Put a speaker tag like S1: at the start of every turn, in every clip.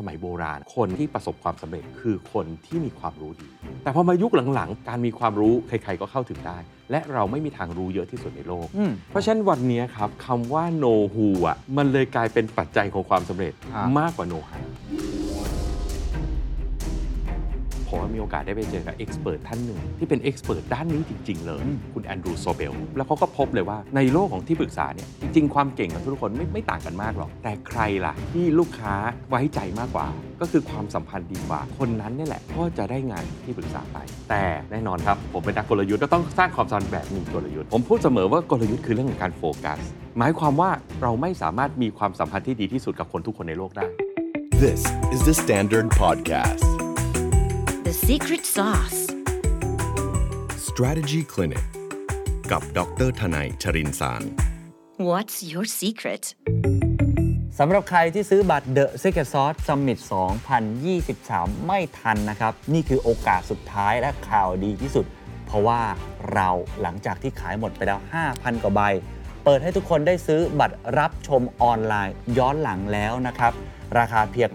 S1: สมัยโบราณ คนที่ประสบความสำเร็จคือคนที่มีความรู้ดี แต่พอมายุคหลังๆ การมีความรู้ใครๆก็เข้าถึงได้ และเราไม่มีทางรู้เยอะที่สุดในโลก
S2: อืม
S1: เพราะฉะนั้นวันนี้ครับคำว่า no who อ่ะมันเลยกลายเป็นปัจจัยของความสำเร็จ
S2: อ่าม
S1: มากกว่า no how ผมมีโอกาสได้ไปเจอกับเอ็กซ์เพรสท่านหนึ่งที่เป็นเอ็กซ์เพรสด้านนี้จริง ๆ เลย
S2: อืม
S1: คุณแอนดรูโซเบล แล้วเขาก็พบเลยว่าในโลกของที่ปรึกษาเนี่ยจริง ๆ ความเก่งของทุกคนไม่ไม่ต่างกันมากหรอก แต่ใครล่ะ ที่ลูกค้าไว้ใจมากกว่า ก็คือความสัมพันธ์ดีกว่า คนนั้นเนี่ยแหละ ก็จะได้งานที่ปรึกษาไป แต่แน่นอนครับ ผมเป็นนักกลยุทธ์ก็ต้องสร้างความสัมพันธ์แบบมีกลยุทธ์ผมพูดเสมอว่ากลยุทธ์คือเรื่องของการโฟกัสหมายความว่าเราไม่สามารถมีความสัมพันธ์ที่ดีที่สุดกับคนทุกคนในโลกได้
S3: This is the Standard Podcast.
S4: The secret sauce.
S3: Strategy Clinic กับดรทนายชรินสาร
S4: What's your secret?
S2: สำหรับใครที่ซื้อบัตร The Secret Sauce Summit 2023 ไม่ทันนะครับ นี่คือโอกาสสุดท้ายและข่าวดีที่สุด เพราะว่าเราหลังจากที่ขายหมดไปแล้ว 5,000 กว่าใบ เปิดให้ทุกคนได้ซื้อบัตรรับชมออนไลน์ย้อนหลังแล้วนะครับ ราคาเพียง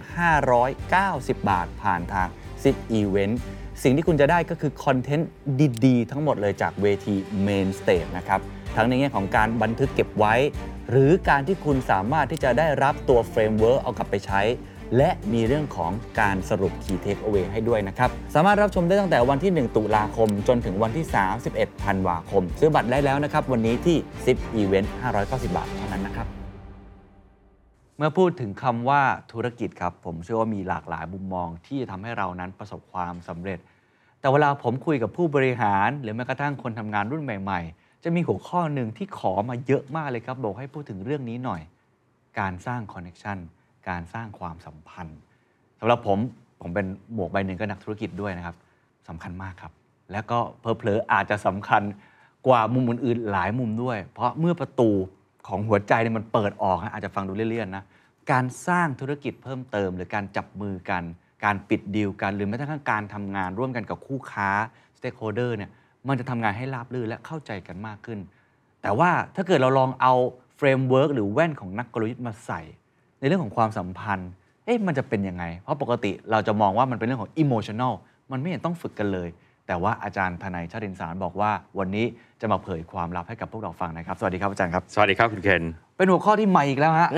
S2: 590 บาทผ่านทาง Sit Event สิ่งที่คุณจะได้ก็คือคอนเทนต์ดีๆ ทั้งหมดเลยจากเวที Main Stage นะครับ ทั้งในแง่ของการบันทึกเก็บไว้ หรือการที่คุณสามารถที่จะได้รับตัวเฟรมเวิร์เอากลับไปใช้ และมีเรื่องของการสรุป Key Takeaway ให้ด้วยนะครับ สามารถรับชมได้ตั้งแต่วันที่ 1 ตุลาคม จนถึงวันที่ 31 ธันวาคม ซื้อบัตรได้แล้วนะครับ วันนี้ที่ 10 Event 590 บาทเท่านั้นนะครับ เมื่อพูดถึงคำว่าธุรกิจครับ ผมเชื่อว่ามีหลากหลายมุมมองที่จะทำให้เรานั้นประสบความสำเร็จ แต่เวลาผมคุยกับผู้บริหาร หรือแม้กระทั่งคนทำงานรุ่นใหม่ ๆ จะมีหัวข้อหนึ่งที่ขอมาเยอะมากเลยครับ บอกให้พูดถึงเรื่องนี้หน่อย การสร้างคอนเน t ชันการสร้างความสัมพันธ์สำหรับผมผมเป็นหมวกใบหนึ่งก็นักธุรกิจด้วยนะครับสำคัญมากครับ แล้วก็เพลเพลอๆอาจจะสำคัญกว่ามุมอื่นๆหลายมุมด้วย เพราะเมื่อประตูของหัวใจเนี่ยมันเปิดออกนะอาจจะฟังดูเลี่ยนๆนะการสร้างธุรกิจเพิ่มเติม หรือการจับมือกัน การปิดดีลกันหรือแม้กระทั่งการทำงานร่วมกันกับคู่ค้าสเต็กโฮเดอร์เนี่ยมันจะทำงานให้ราบรื่นและเข้าใจกันมากขึ้น แต่ว่าถ้าเกิดเราลองเอาเฟรมเวิร์กหรือแว่นของนักกลยุทธ์มาใส่ ในเรื่องของความสัมพันธ์ เอ๊ะมันจะเป็นยังไง เพราะปกติเราจะมองว่ามันเป็นเรื่องของอิโมชัน a ลมันไม่เห็นต้องฝึกกันเลย แต่ว่าอาจารย์ทนายชาตินสารบอกว่า วันนี้จะมาเผยความลับให้กับพวกเราฟังนะครับ สวัสดีครับอาจารย์ครับ
S1: สวัสดีครับคุณเคน
S2: เป็นหัวข้อที่ใหม่อีกแล้วฮะ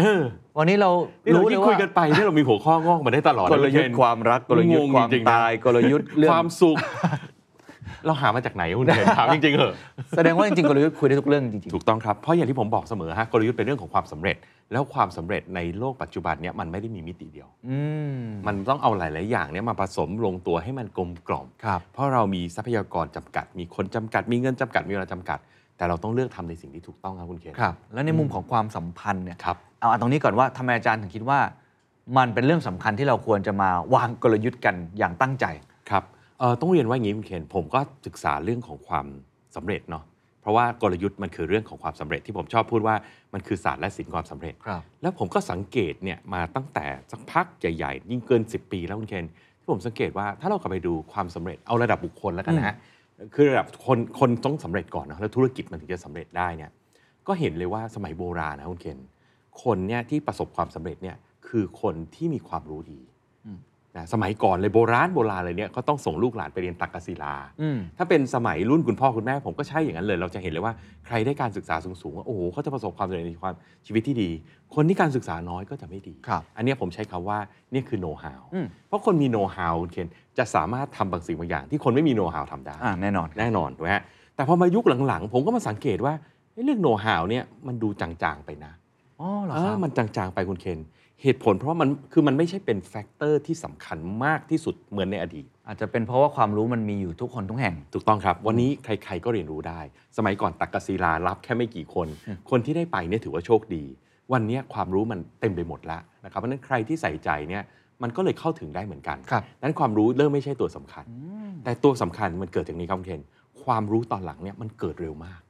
S2: วันนี้เรา
S1: นี่เรา
S2: รู้เล
S1: ที่
S2: ย
S1: คุย
S2: ว่า
S1: กันไปเนี่ยเรามีหัวข้องอกมาได้ตลอด
S2: ก
S1: นะ
S2: ลยุท
S1: เน
S2: ธ์ความรักกลยุท
S1: ง
S2: ธ์
S1: ง
S2: ความ
S1: จริงๆนะ
S2: ตายกลยุทธ์เรื่อง
S1: ความสุข เราหามาจากไหนคุณเคนถามจริงๆเหอะ
S2: แสดงว่าจริงๆกลยุทธ์คุยได้ทุกเรื่องจริง
S1: ถูกต้องครับ เพราะอย่างที่ผมบอกเสมอฮะกลยุทธ์เป็นเรื่องของความสำเร็จ แล้วความสำเร็จในโลกปัจจุบันเนี่ยมันไม่ได้มีมิติเดียว
S2: ๆอืม
S1: มันต้องเอาหลาย ๆ อย่างเนี่ยมาผสมลงตัวให้มันกลมกล่อม
S2: ครับ
S1: เพราะเรามีทรัพยากรจำกัด มีคนจำกัด มีเงินจำกัดมีเวลาจำกัด แต่เราต้องเลือกทำในสิ่งที่ถูกต้องครับคุณเคน
S2: ครับแล้วในมุมของความสัมพันธ์เนี่ย
S1: ครับ
S2: เอาอันตรงนี้ก่อนว่าทำไมอาจารย์ถึงคิดว่า มันเป็นเรื่องสำคัญที่เราควรจะมาวางกลยุทธ์กันอย่างตั้งใจ
S1: ครับเอ่อต้องเรียนว่าอย่างนี้คุณเคนผมก็ศึกษาเรื่องของความสำเร็จเนาะเพราะว่ากลยุทธ์มันคือเรื่องของความสำเร็จที่ผมชอบพูดว่ามันคือศาสตร์และศิลป์ความสำเร็จ
S2: ครับ
S1: แล้วผมก็สังเกตเนี่ยมาตั้งแต่สักพักใหญ่ๆ ยิ่งเกิน 10 ปีแล้วคุณเคนที่ผมสังเกตว่าถ้าเรากลับไปดูความสำเร็จเอาระดับบุคคลแล้วกันนะฮะคือระดับคนคนต้องสำเร็จก่อนเนอะแล้วธุรกิจมันถึงจะสำเร็จได้เนี่ยก็เห็นเลยว่าสมัยโบราณนะคุณเคนคนเนี่ยที่ประสบความสำเร็จเนี่ยคือคนที่มีความรู้ดี
S2: อืม
S1: นะสมัยก่อนเลยโบราณโบราณเลยเนี่ยก็ต้องส่งลูกหลานไปเรียนตักกศิลา
S2: อืม
S1: ถ้าเป็นสมัยรุ่นคุณพ่อคุณแม่ผมก็ใช่อย่างนั้นเลย เราจะเห็นเลยว่าใครได้การศึกษาสูงๆว่าโอ้โหเขาจะประสบความสำเร็จในความชีวิตที่ดี คนที่การศึกษาน้อยก็จะไม่ดี
S2: ครับ
S1: อันเนี้ยผมใช้คำว่าเนี่ยคือโน้ตฮาว
S2: อืม
S1: เพราะคนมีโน้ตฮาวเคนจะสามารถทำบางสิ่งบางอย่าง ที่คนไม่มีโน้ตฮาวทำได้
S2: อ่าแน่นอน
S1: แน่นอนถูกไหมฮะแต่พอมายุคหลังๆ ผมก็มาสังเกตว่าเอ้ยเรื่องโน้ตฮาวเนี่ยมันดูจางๆไปนะ
S2: อ๋อเหรอ
S1: เอ
S2: ค
S1: อ
S2: รับ
S1: มันจางๆไปคุณเคน เหตุผลเพราะว่ามันคือมันไม่ใช่เป็นแฟกเตอร์ที่สำคัญมากที่สุดเหมือนในอดีต
S2: อาจจะเป็นเพราะว่าความรู้มันมีอยู่ทุกคนทุกแห่ง
S1: ถูกต้องครับ วันนี้ใครๆก็เรียนรู้ได้ สมัยก่อนตักกศิลารับแค่ไม่กี่คน
S2: อืม
S1: คนที่ได้ไปเนี่ยถือว่าโชคดี วันนี้ความรู้มันเต็มไปหมดละนะครับเพราะฉะนั้นใครที่ใส่ใจเนี่ยมันก็เลยเข้าถึงได้เหมือนกัน
S2: ครับ
S1: นั้นความรู้เริ่มไม่ใช่ตัวสำคัญ แต่ตัวสำคัญมันเกิดจากนี้ครับคุณเคนความรู้ตอนหลังเนี่ยมันเกิดเร็วมาก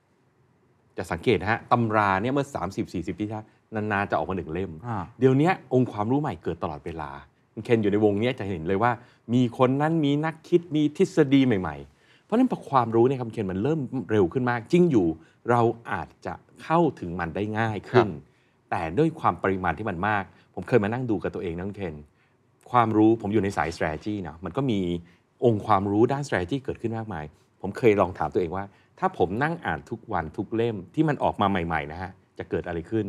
S1: จะสังเกตนะฮะตำราเนี่ยเมื่อ 30 40 ปีที่แล้วนานๆจะออกมาหนึ่งเล่ม
S2: อ่า
S1: เดี๋ยวเนี้ยองค์ความรู้ใหม่เกิดตลอดเวลาคุณเคนอยู่ในวงเนี้ยจะเห็นเลยว่า มีคนนั้นมีนักคิดมีทฤษฎีใหม่ ๆ เพราะฉะนั้นพอความรู้เนี่ยครับคุณเคนมันเริ่มเร็วขึ้นมากจริงอยู่ เราอาจจะเข้าถึงมันได้ง่ายขึ้น แต่ด้วยความปริมาณที่มันมาก ผมเคยมานั่งดูกับตัวเองนะคุณเคน ความรู้ผมอยู่ในสาย strategy เนอะมันก็มีองค์ความรู้ด้าน strategy เกิดขึ้นมากมาย ผมเคยลองถามตัวเองว่า ถ้าผมนั่งอ่านทุกวันทุกเล่มที่มันออกมาใหม่ๆนะฮะจะเกิดอะไรขึ้น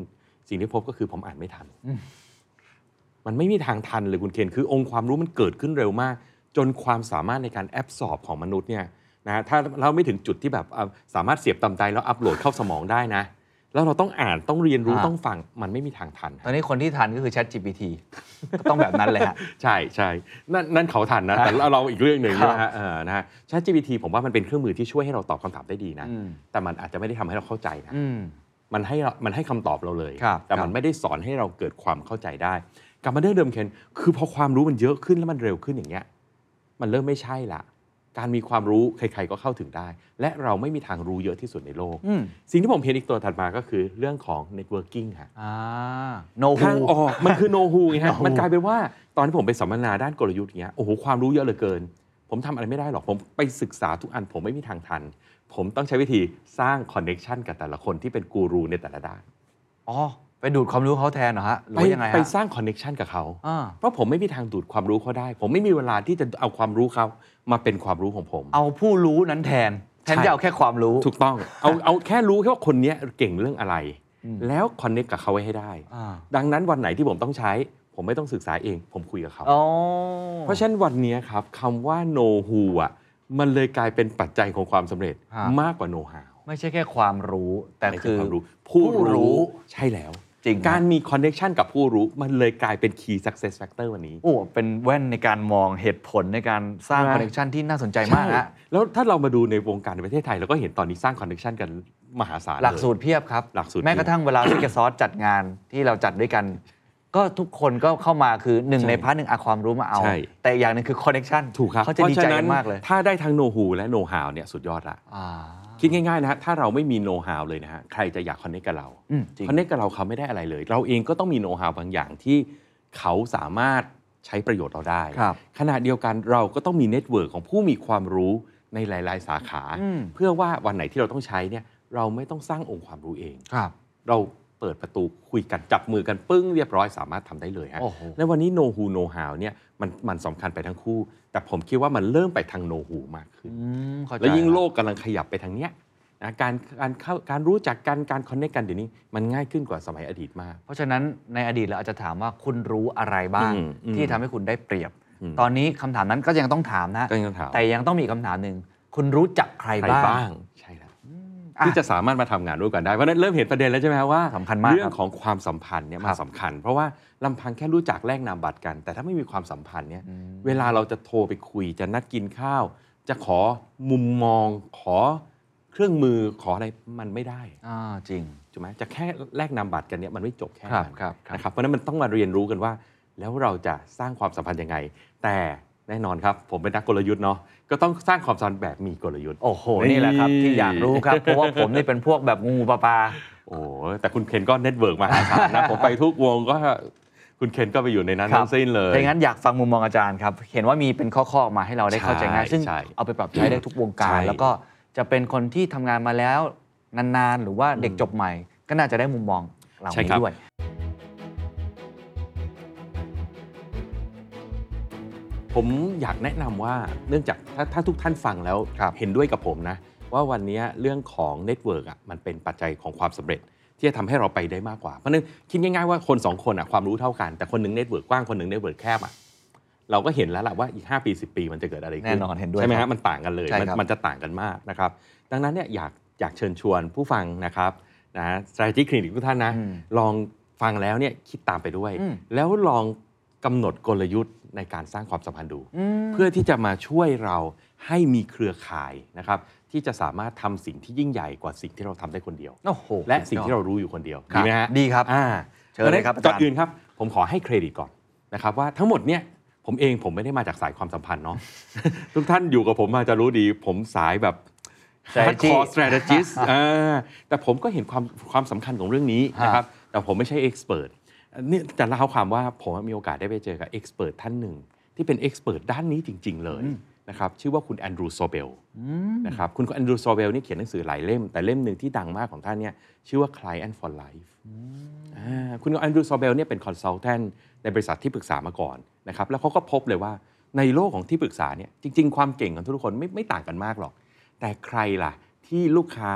S1: สิ่งที่พบก็คือผมอ่านไม่ทัน
S2: อืม
S1: มันไม่มีทางทันเลยคุณเคนคือองค์ความรู้มันเกิดขึ้นเร็วมาก จนความสามารถในการแอบสอบของมนุษย์เนี่ยนะฮะถ้าเราไม่ถึงจุดที่แบบเอาสามารถเสียบตำไตแล้วอัปโหลดเข้าสมองได้นะ แล้วเราต้องอ่านต้องเรียนรู้
S2: อ่า
S1: ต้องฟังมันไม่มีทางทัน
S2: ตอนนี้คนที่ทันก็คือ Chat GPT ก็ต้องแบบนั้นเลยฮะ
S1: ใช่ใช่นั่นนั่นเขาทันนะ แต่เราเราอีกเรื่องหนึ่ง
S2: ครับ
S1: นะฮะเออนะฮะ ChatGPT ผมว่ามันเป็นเครื่องมือที่ช่วยให้เราตอบคำถามได้ดีนะ
S2: อืม
S1: แต่มันอาจจะไม่ได้ทำให้เราเข้าใจนะ
S2: อืม
S1: มันให้เรามันให้คำตอบเราเลย
S2: ครับ
S1: แต่
S2: ครั
S1: มัน
S2: บ
S1: ไม่ได้สอนให้เราเกิดความเข้าใจได้ กลับมาเรื่องเดิมเคนคือพอความรู้มันเยอะขึ้นแล้วมันเร็วขึ้นอย่างเงี้ย มันเริ่มไม่ใช่ละ การมีความรู้ใคร ๆก็เข้าถึงได้ และเราไม่มีทางรู้เยอะที่สุดในโลก
S2: อืม
S1: สิ่งที่ผมเห็นอีกตัวถัดมาก็คือเรื่องของ networking ฮะ
S2: อ่าโนฮู
S1: ทางออก มันคือโนฮูไงฮะ
S2: No who
S1: มันกลายเป็นว่าตอนที่ผมไปสัมมนาด้านกลยุทธ์เงี้ยโอ้โหความรู้เยอะเหลือเกิน ผมทำอะไรไม่ได้หรอกผมไปศึกษาทุกอันผมไม่มีทางทัน ผมต้องใช้วิธีสร้างคอนเน็ชันกับแต่ละคนที่เป็นกูรูในแต่ละด้าน
S2: อ๋อ ไปดูดความรู้เขาแทนเหรอฮะ หรือ
S1: ไป
S2: ว่ายังไงฮะ
S1: ไปสร้างคอนเน็ชันกับเขา
S2: อ่า
S1: เพราะผมไม่มีทางดูดความรู้เขาได้ ผมไม่มีเวลาที่จะเอาความรู้เขามาเป็นความรู้ของผม
S2: เอาผู้รู้นั้นแทน แทน
S1: ใช่
S2: จะเอาแค่ความรู้
S1: ถูกต้องเอาเอาแค่รู้แค่ว่าคนเนี้ยเก่งเรื่องอะไร
S2: อืม
S1: แล้วคอนเน็กกับเขาไว้ให้ได้
S2: อ่า
S1: ดังนั้นวันไหนที่ผมต้องใช้ ผมไม่ต้องศึกษาเอง ผมคุยกับเขา
S2: อ๋อ
S1: เพราะฉะนั้นวันนี้ครับคำว่า no who อ่ะมันเลยกลายเป็นปัจจัยของความสำเร็จ
S2: ฮะ
S1: มากกว่า no how
S2: ไม่ใช่แค่ความรู้ แต่
S1: ไม่ใช่
S2: คือ
S1: ความรู้ผู้
S2: ผู้รู้
S1: รู้ใช่แล้ว
S2: จริง
S1: การ
S2: ฮะ
S1: มีคอนเน t ชันกับผู้รู้มันเลยกลายเป็น key success factor วันนี้
S2: โอ้เป็นแว่นในการมองเหตุผลในการสร้าง
S1: ใช่ไหม
S2: คอนเนคชันที่น่าสนใจมาก
S1: ใช่
S2: ฮะ
S1: แล้วถ้าเรามาดูในวงการในประเทศไทยเราก็เห็นตอนนี้สร้างคอนเน t ชันกันมหาศาล
S2: หลัก
S1: เย
S2: สูตรเพียบครับ
S1: หลักสูตร
S2: แม้กระทั่งเวลาที่กซอสจัดงานที่เราจัดด้วยกัน ก็ทุกคนก็เข้ามาคือหนึ่ง
S1: ใช่
S2: ในพาร์ทหนึ่งเอาความรู้มาเอา
S1: ใช่
S2: แต่อีกอย่างหนึ่งคือคอนเนคชัน
S1: ถูกครับ
S2: เขาจะดีใจกันมากเลย
S1: ถ้าได้ทั้ง no who และ no how เนี่ยสุดยอดละ
S2: อ่า
S1: คิดง่ายๆนะฮะถ้าเราไม่มี no how เลยนะฮะใครจะอยากคอนเน t กับเรา
S2: อืมจริง
S1: คอนเนคกับเราเขาไม่ได้อะไรเลย เราเองก็ต้องมีโน้ตฮาวบางอย่างที่เขาสามารถใช้ประโยชน์เราได้
S2: ครับ
S1: ขณะเดียวกันเราก็ต้องมีเน็ตเวิร์กของผู้มีความรู้ในหลาย ๆ สาขา
S2: อืม
S1: เพื่อว่าวันไหนที่เราต้องใช้เนี่ยเราไม่ต้องสร้างองค์ความรู้เอง
S2: ครับ
S1: เราเปิดประตูคุยกันจับมือกันปึ้งเรียบร้อยสามารถทำได้เลยฮะ
S2: โอ้โห
S1: และวันนี้ no who no how เนี่ยมันมันสำคัญไปทั้งคู่ แต่ผมคิดว่ามันเริ่มไปทาง no who มากขึ้น
S2: อืมเข้าใจ
S1: แล้วยิ่งโลกกำลังขยับไปทางเนี้ยนะการการเข้าการรู้จักกันการคอนเนคกันเดี๋ยวนี้มันง่ายขึ้นกว่าสมัยอดีตมาก
S2: เพราะฉะนั้นในอดีตเราอาจจะถามว่าคุณรู้อะไรบ้าง
S1: อืมอืม
S2: ที่ทำให้คุณได้เปรียบ
S1: อืม
S2: ตอนนี้คำถามนั้นก็ยังต้องถามนะ
S1: ก็ยังต้องถาม
S2: แต่ยังต้องมีอีกคำถามหนึ่งคุณรู้จักใคร
S1: ใคร
S2: บ้าง
S1: บ้างใช่แล้ว
S2: อ่ะ
S1: ที่จะสามารถมาทำงานด้วยกันได้เพราะฉะนั้นเริ่มเห็นประเด็นแล้วใช่ไหมฮะว่า
S2: สำคัญมาก
S1: เรื่องของความสัมพันธ์เนี่ย
S2: ค
S1: มั
S2: รั
S1: น
S2: บ
S1: สำคัญ เพราะว่าลำพังแค่รู้จักแลกนามบัตรกัน แต่ถ้าไม่มีความสัมพันธ์เนี่ย
S2: อืม
S1: เวลาเราจะโทรไปคุยจะนัดกินข้าว จะขอมุมมองขอเครื่องมือขออะไรมันไม่ได้
S2: อ่าจริง
S1: ถูกไหมจะแค่แลกนามบัตรกันเนี่ยมันไม่จบแค่นั้น
S2: ครับ
S1: นะครับเพราะฉะนั้นมันต้องมาเรียนรู้กันว่า แล้วเราจะสร้างความสัมพันธ์ยังไง แต่แน่นอนครับผมเป็นนักกลยุทธ์เนาะก็ต้องสร้างความสัมพันธ์แบบมีกลยุทธ์
S2: โอ้โห
S1: นี่
S2: นี่แหละครับ ที่อยากรู้ครับ เพราะว่าผมนี่เป็นพวกแบบงูปลาปลา
S1: โอ้แต่คุณเคนก็เน็ตเวิร์กมาหาศาลนะ ผมไปทุกวงก็คุณเคนก็ไปอยู่ในนั้น
S2: ครับ
S1: ทั้งสิ้นเลย
S2: ถ้าอย่างนั้นอยากฟังมุมมองอาจารย์ครับ เห็นว่ามีเป็นข้อๆออกมาให้เราได้เข้าใจง่าย
S1: ใช่
S2: ซึ่ง
S1: ใช่
S2: เอาไปปรับใช้ได้ทุกวงการ
S1: ใช่
S2: แล้วก็จะเป็นคนที่ทำงานมาแล้วนานๆ หรือว่าเด็กจบใหม่ ก็น่าจะได้มุมมองเหล่า
S1: ใช่
S2: นี้
S1: ครับ
S2: ด้วย
S1: ผมอยากแนะนำว่าเนื่องจากถ้าถ้าทุกท่านฟังแล้ว
S2: ครับ
S1: เห็นด้วยกับผมนะ ว่าวันนี้เรื่องของเน็ตเวิร์กอ่ะมันเป็นปัจจัยของความสำเร็จ ที่จะทำให้เราไปได้มากกว่า เพราะฉะนั้นคิดง่ายๆว่าคน 2 คนอ่ะความรู้เท่ากัน แต่คนหนึ่งเน็ตเวิร์กกว้างคนหนึ่งเน็ตเวิร์กแคบอ่ะเราก็เห็นแล้วล่ะว่าอีก 5 ปี 10 ปีมันจะเกิดอะไรขึ้น
S2: แน่นอนเห็นด้วย
S1: ใช่ไหม
S2: ครั
S1: ฮะ
S2: บ
S1: มันต่างกันเลย
S2: ใช่
S1: มัน
S2: ครับ
S1: มันจะต่างกันมากนะครับดังนั้นเนี่ยอยากอยากเชิญชวนผู้ฟังนะครับนะ strategy clinic ทุกท่านนะ
S2: อืม
S1: ลองฟังแล้วเนี่ยคิดตามไปด้วย
S2: อืม
S1: แล้วลองกำหนดกลยุทธ์ในการสร้างความสัมพันธ์ดู
S2: ม
S1: เพื่อที่จะมาช่วยเราให้มีเครือข่ายนะครับที่จะสามารถทำสิ่งที่ยิ่งใหญ่กว่าสิ่งที่เราทำได้คนเดียว
S2: โอ้โห
S1: และสิ่งที่เรารู้อยู่คนเดียว
S2: ค
S1: ดี
S2: รับ
S1: ไหมฮะ
S2: ดีครับ
S1: อ่า
S2: เชิญเลยครับ
S1: พาะฉะนั้นก่อน
S2: อาจารย์
S1: อื่นครับ ผมขอให้เครดิตก่อนนะครับว่าทั้งหมดเนี่ยผมเองผมไม่ได้มาจากสายความสัมพัน ธ์เนาะ ทุกท่านอยู่กับผมมาจะรู้ดีผมสายแบบ
S2: Strategy
S1: hardcore strategist อ่าแต่ผมก็เห็นความความสำคัญของเรื่องนี้นะครับแต่ผมไม่ใช่ expert นี่แต่เล่าความว่าผมมีโอกาสได้ไปเจอกับ expert ท่านหนึ่ง ที่เป็น expert ด้านนี้จริง ๆ เลย นะครับชื่อว่าคุณแอนดรูโซเบล
S2: อืม
S1: นะครับคุณแอนดรูโซเบลนี่เขียนหนังสือหลายเล่ม แต่เล่มหนึ่งที่ดังมากของท่านเนี่ยชื่อว่า Client for Life อ่าคุณแอนดรูโซเบลเนี่ยเป็นคอนซัลแทนในบริษัทที่ปรึกษามาก่อนนะครับแล้วเขาก็พบเลยว่าในโลกของที่ปรึกษาเนี่ยจริง ๆ ความเก่งของทุกคนไม่ไม่ต่างกันมากหรอก แต่ใครล่ะที่ลูกค้า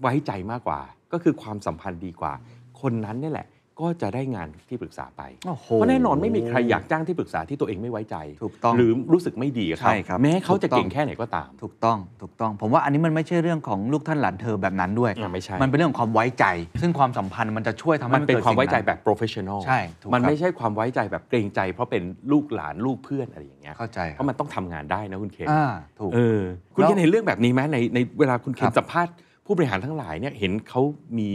S1: ไว้ใจมากกว่า ก็คือความสัมพันธ์ดีกว่า คนนั้นเนี่ยแหละก็จะได้งานที่ปรึกษาไป
S2: โอ้โห
S1: เพราะแน่นอนไม่มีใครอยากจ้างที่ปรึกษาที่ตัวเองไม่ไว้ใจ
S2: ถูกต้อง
S1: หรือรู้สึกไม่ดีกับเขา
S2: ใช่ครับ
S1: แม้เขาจะ
S2: ถูกต้อง
S1: เก่งแค่ไหนก็ตาม
S2: ถูกต้องถูกต้อง ผมว่าอันนี้มันไม่ใช่เรื่องของลูกท่านหลานเธอแบบนั้นด้วย
S1: อ่ะไม่ใช่
S2: มันเป็นเรื่องของความไว้ใจ ซึ่งความสัมพันธ์มันจะช่วยทำให้
S1: มันเป็น
S2: กิด
S1: ความไว้ใจ
S2: สิ่ง
S1: แบบ professional
S2: ใช่ถูกครับ
S1: มันไม่ใช่ความไว้ใจแบบเกรงใจ เพราะเป็นลูกหลานลูกเพื่อนอะไรอย่างเงี้ย
S2: เข้าใจค
S1: เพ
S2: รับ
S1: ราะมันต้องทำงานได้นะคุณเคน
S2: อ่าถูก
S1: เออคุณ
S2: แล้ว
S1: เคนเห็นเรื่องแบบนี้ไหมในในเวลาคุณเค
S2: ครั
S1: น
S2: บ
S1: สัมภาษณ์ผู้บริหารทั้งหลายเนี่ยเห็นเขามี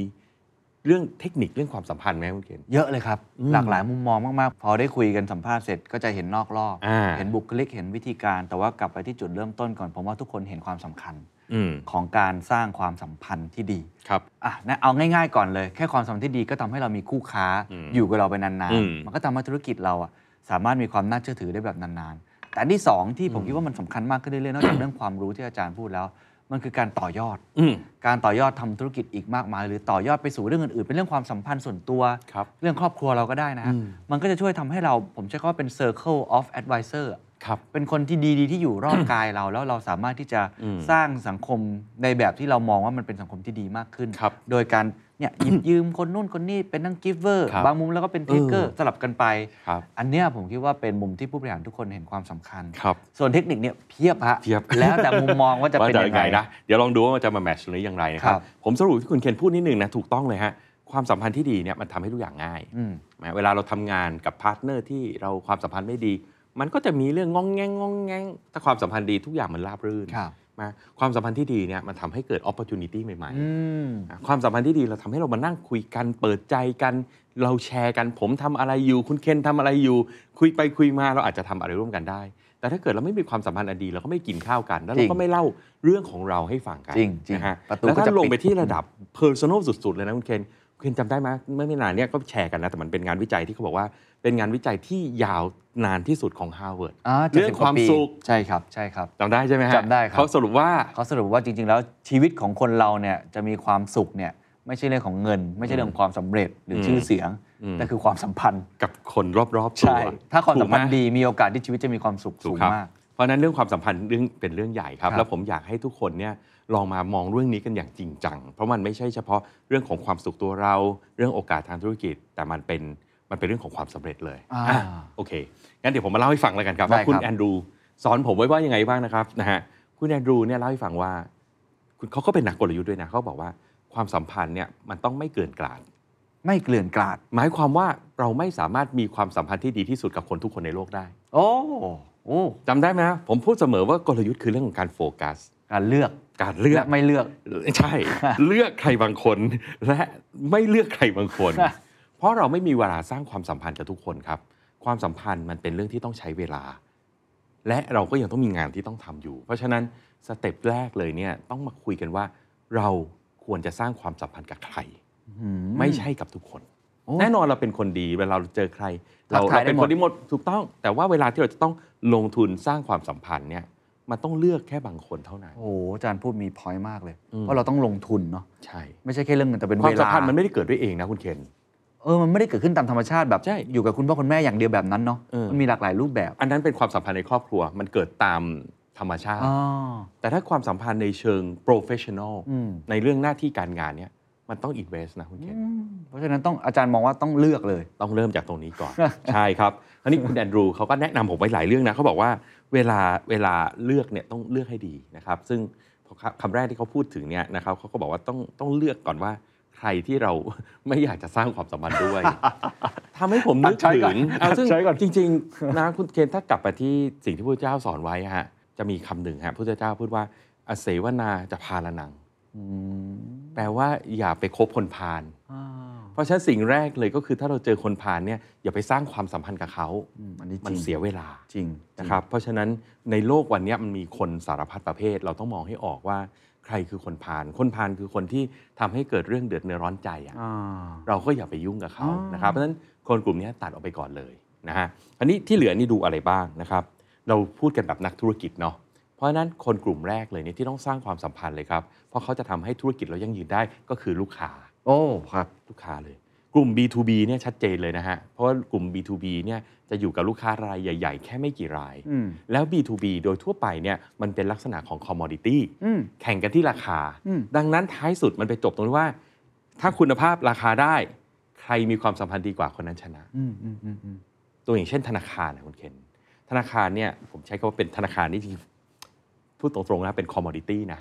S1: เรื่องเทคนิคเรื่องความสัมพันธ์ไหมคุณเคน
S2: เยอะเลยครับ
S1: อืม
S2: หลากหลายมุมมองมากๆ พอได้คุยกันสัมภาษณ์เสร็จก็จะเห็นนอกรอบ
S1: อ่า
S2: เห็นบุคลิกเห็นวิธีการ แต่ว่ากลับไปที่จุดเริ่มต้นก่อน ผมว่าทุกคนเห็นความสำคัญ
S1: อืม
S2: ของการสร้างความสัมพันธ์ที่ดี
S1: ครับ
S2: อ่ะนะเอาง่ายๆก่อนเลย แค่ความสัมพันธ์ที่ดีก็ทำให้เรามีคู่ค้า
S1: อืม
S2: อยู่กับเราไปนาน
S1: อืม
S2: ๆ มันก็ทำให้ธุรกิจเราอะสามารถมีความน่าเชื่อถือได้แบบนานๆ แต่อันที่สองที่ผม
S1: อืม
S2: คิดว่ามันสำคัญมากขึ้นเรื่อยๆ นอกจากเรื่องความรู้ที่อาจารย์พูดแล้ว มันคือการต่อยอด
S1: อืม
S2: การต่อยอดทำธุรกิจอีกมากมาย หรือต่อยอดไปสู่เรื่องอื่นๆ เป็นเรื่องความสัมพันธ์ส่วนตัว
S1: ครับ
S2: เรื่องครอบครัวเราก็ได้นะฮะ
S1: อืม
S2: มันก็จะช่วยทำให้เรา ผมใช้คำว่าเป็น circle of advisor อะ
S1: ครับ
S2: เป็นคนที่ดีๆ ที่อยู่ร อบ กายเรา แล้วเราสามารถที่จะ
S1: อืม
S2: สร้างสังคมในแบบที่เรามองว่ามันเป็นสังคมที่ดีมากขึ้น
S1: ครับ
S2: โดยการ เนี่ยหยิบยืมคนนู่นคนนี้เป็นทั้ง giver
S1: ครับ
S2: บางมุมแล้วก็เป็น taker
S1: เออ
S2: สลับกันไป
S1: ครับ
S2: อันเนี้ยผมคิดว่าเป็นมุมที่ผู้บริหารทุกคนเห็นความสำคัญ
S1: ครับ
S2: ส่วนเทคนิคเนี่ยเพียบฮะ
S1: เพียบ
S2: แล้วแต่มุมมองว่าจะ
S1: ว่า
S2: เป็น
S1: จะ
S2: ยั
S1: ยัง งไง
S2: ไง
S1: นะเดี๋ยวลองดูว่ามันจะมาแมทช์หรืออย่างไรนะครั
S2: ครับ บ
S1: ผมสรุปที่คุณเคนพูดนิดนึงนะถูกต้องเลยฮะความสัมพันธ์ที่ดีเนี่ยมันทำให้ทุกอย่างง่าย
S2: อืม
S1: นะเวลาเราทำงานกับพาร์ทเนอร์ที่เราความสัมพันธ์ไม่ดี มันก็จะมีเรื่องงองแงงงองแงงถ้าความสัมพันธ์ดีทุกอย่างมันราบรื่น
S2: ครับ
S1: มาความสัมพันธ์ที่ดีเนี่ยมันทำให้เกิด opportunity ใหม่
S2: อืม
S1: ๆนะความสัมพันธ์ที่ดีเราทำให้เรามานั่งคุยกันเปิดใจกัน เราแชร์กันผมทำอะไรอยู่ คุณเคนทำอะไรอยู่ คุยไปคุยมาเราอาจจะทำอะไรร่วมกันได้ แต่ถ้าเกิดเราไม่มีความสัมพันธ์อันดีเราก็ไม่กินข้าวกัน แล้วเรา
S2: จริ
S1: ก็
S2: ง
S1: ไม่เล่าเรื่องของเราให้ฟังกัน
S2: จริงจริง
S1: นะฮะ
S2: ประตู
S1: แล้ว
S2: ก็
S1: ถ้า
S2: จะ
S1: ลงไป
S2: ปิด
S1: ที่ระดับ personal สุดๆ เลยนะคุณเคนคุณเคนจำได้ไหมเมื่อไม่นานเนี่ยก็แชร์กันนะ แต่มันเป็นงานวิจัยที่เขาบอกว่า เป็นงานวิจัยที่ยาวนานที่สุดของ Harvard
S2: อ่า
S1: เรื่องความสุข
S2: ใช่ครับใช่ครับ
S1: จำได้ใช่ไหมฮะ
S2: จำได้ครับ
S1: เขาสรุปว่า
S2: เขาสรุปว่าจริง ๆ แล้วชีวิตของคนเราเนี่ยจะมีความสุขเนี่ยไม่ใช่เรื่องของเงิน ไม่ใช่เรื่องของความสำเร็จหรืออ
S1: ม
S2: ชื่อเสียง
S1: อืม
S2: แต่คือความสัมพันธ์
S1: กับคนรอบๆตัว
S2: ถ้าความสัมพัน
S1: ถูก
S2: ธ์
S1: ไห
S2: ดีมีโอกาสที่ชีวิตจะมีความสุข
S1: ถู
S2: สู
S1: ก
S2: ง
S1: ครับ
S2: มาก
S1: เพราะฉะนั้นเรื่องความสัมพันธ์เรื่องเป็นเรื่องใหญ่ครับ
S2: ครับ
S1: แล้วผมอยากให้ทุกคนเนี่ยลองมามองเรื่องนี้กันอย่างจริงจัง เพราะมันไม่ใช่เฉพาะเรื่องของความสุขตัวเรา เรื่องโอกาสทางธุรกิจ แต่มันเป็นมันเป็นเรื่องของความสำเร็จเลย
S2: อ่า
S1: อ่ะโอเคงั้นเดี๋ยวผมมาเล่าให้ฟังแล้วกันครับ
S2: ได้
S1: ว่าคุณ
S2: ครับ
S1: แอนดรูสอนผมไว้ว่ายังไงบ้างนะครับนะฮะคุณแอนดรูเนี่ยเล่าให้ฟังว่าคุณเขาก็เป็นนักกลยุทธ์ด้วยนะเขาบอกว่าความสัมพันธ์เนี่ยมันต้องไม่เกินกลาง
S2: ไม่เกลื่อนกลาด
S1: หมายความว่าเราไม่สามารถมีความสัมพันธ์ที่ดีที่สุดกับคนทุกคนในโลกได้
S2: โอ้โอ้
S1: จำได้ไหมนะผมพูดเสมอว่ากลยุทธ์คือเรื่องของการโฟกัส
S2: การเลือก
S1: การเลือก
S2: และไม่เลือก
S1: ใช่ เลือกใครบางคน และไม่เลือกใครบางคน เพราะเราไม่มีเวลาสร้างความสัมพันธ์กับทุกคนครับ ความสัมพันธ์มันเป็นเรื่องที่ต้องใช้เวลา และเราก็ยังต้องมีงานที่ต้องทำอยู่ เพราะฉะนั้นสเต็ปแรกเลยเนี่ยต้องมาคุยกันว่า เราควรจะสร้างความสัมพันธ์กับใคร ไม่ใช่กับทุกคน
S2: โอ้
S1: แน่นอนเราเป็นคนดีเวลาเราเจอใคร เรา
S2: ทักทาย
S1: เราเป็น
S2: ได้หม
S1: ค
S2: ด
S1: นที่หมดถูกต้อง แต่ว่าเวลาที่เราจะต้องลงทุนสร้างความสัมพันธ์เนี่ยมันต้องเลือกแค่บางคนเท่านั้น
S2: โอ้โหอาจารย์พูดมีพอยต์มากเลย
S1: อืม
S2: เพราะเราต้องลงทุนเนาะ
S1: ใช่
S2: ไม่ใช่แค่เรื่องเงินแต่เป็น
S1: ความ
S2: เว
S1: สัม
S2: ลา
S1: พันธ์มันไม่ได้เกิดด้วยเองนะคุณเคน
S2: เออมันไม่ได้เกิดขึ้นตามธรรมชาติแบบ
S1: ใช่
S2: อยู่กับคุณพ่อคุณแม่อย่างเดียวแบบนั้นเนาะ
S1: เออ
S2: มันมีหลากหลายรูปแบบ
S1: อันนั้นเป็นความสัมพันธ์ในครอบครัว มันเกิดตามธรรมชาติ
S2: อ๋อ
S1: แต่ถ้าความสัมพันธ์ในเชิง professional
S2: อืม
S1: ในเรื่องหน้าที่การงานเนี่ยมันต้อง invest นะคุณเคน
S2: อืมเพราะฉะนั้นต้องอาจารย์มองว่าต้องเลือกเลย
S1: ต้องเริ่มจากตรงนี้ก่อน ใช่ครับอันนี้คุณแอนดรูเขาก็แนะนำผมไว้หลายเรื่องนะเขาบอกว่าเวลาเวลาเลือกเนี่ยต้องเลือกให้ดีนะครับ ซึ่งคำแรกที่เขาพูดถึงเนี่ยนะครับเขาก็บอกว่าต้องต้องเลือกก่อนว่า ใครที่เรา ไม่อยากจะสร้างความสัมพันธ์ด้วย ทำให้ผมนึก
S2: ตัด
S1: ถึ
S2: ช้อยก่อน
S1: งอ่ะซึ่ง
S2: ตัดช้อยก่อน
S1: จริงๆนะคุณเคนถ้ากลับมาที่สิ่งที่พระเจ้าสอนไว้อะฮะจะมีคำหนึ่งฮะพระเจ้าพูดว่าอเสวนาจะพาลนัง แปลว่าอย่าไปคบคนพาล
S2: อ้าว
S1: เพราะฉะนั้นสิ่งแรกเลยก็คือถ้าเราเจอคนผ่านเนี่ยอย่าไปสร้างความสัมพันธ์กับเขา
S2: อืมอันนี้จ
S1: มัน
S2: ริง
S1: เสียเวลา
S2: จริง
S1: นะครับ เพราะฉะนั้นในโลกวันเนี้ยมันมีคนสารพัดประเภท เราต้องมองให้ออกว่าใครคือคนผ่าน คนผ่านคือคนที่ทำให้เกิดเรื่องเดือดเนื้อร้อนใจอะ
S2: อ่า
S1: เราก็อย่าไปยุ่งกับเขา
S2: อ๋อ
S1: นะครับ เพราะฉะนั้นคนกลุ่มเนี้ยตัดออกไปก่อนเลยนะฮะ อันนี้ที่เหลือนี่ดูอะไรบ้างนะครับ เราพูดกันแบบนักธุรกิจเนาะเพราะฉะนั้นคนกลุ่มแรกเลยเนี่ยที่ต้องสร้างความสัมพันธ์เลยครับ เพราะเขาจะทำให้ธุรกิจเรายั่งยืนได้ก็คือลูกค้า
S2: โอ้ครับ
S1: ลูกค้าเลย กลุ่ม B2B เนี่ยชัดเจนเลยนะฮะ เพราะว่ากลุ่ม B2B เนี่ยจะอยู่กับลูกค้ารายใหญ่ ๆ แค่ไม่กี่ราย
S2: อืม
S1: แล้ว B2B โดยทั่วไปเนี่ยมันเป็นลักษณะของ commodity
S2: อืม
S1: แข่งกันที่ราคา
S2: อืม
S1: ดังนั้นท้ายสุดมันไปจบตรงที่ว่า ถ้าคุณภาพราคาได้ ใครมีความสัมพันธ์ดีกว่าคนนั้นชนะ
S2: อืมอืมอืมอืม
S1: ตัวอย่างเช่นธนาคารนะคุณเคนธนาคารเนี่ยผมใช้คำว่าเป็นธนาคารนี่จริงพูดตรงๆนะเป็น commodity นะ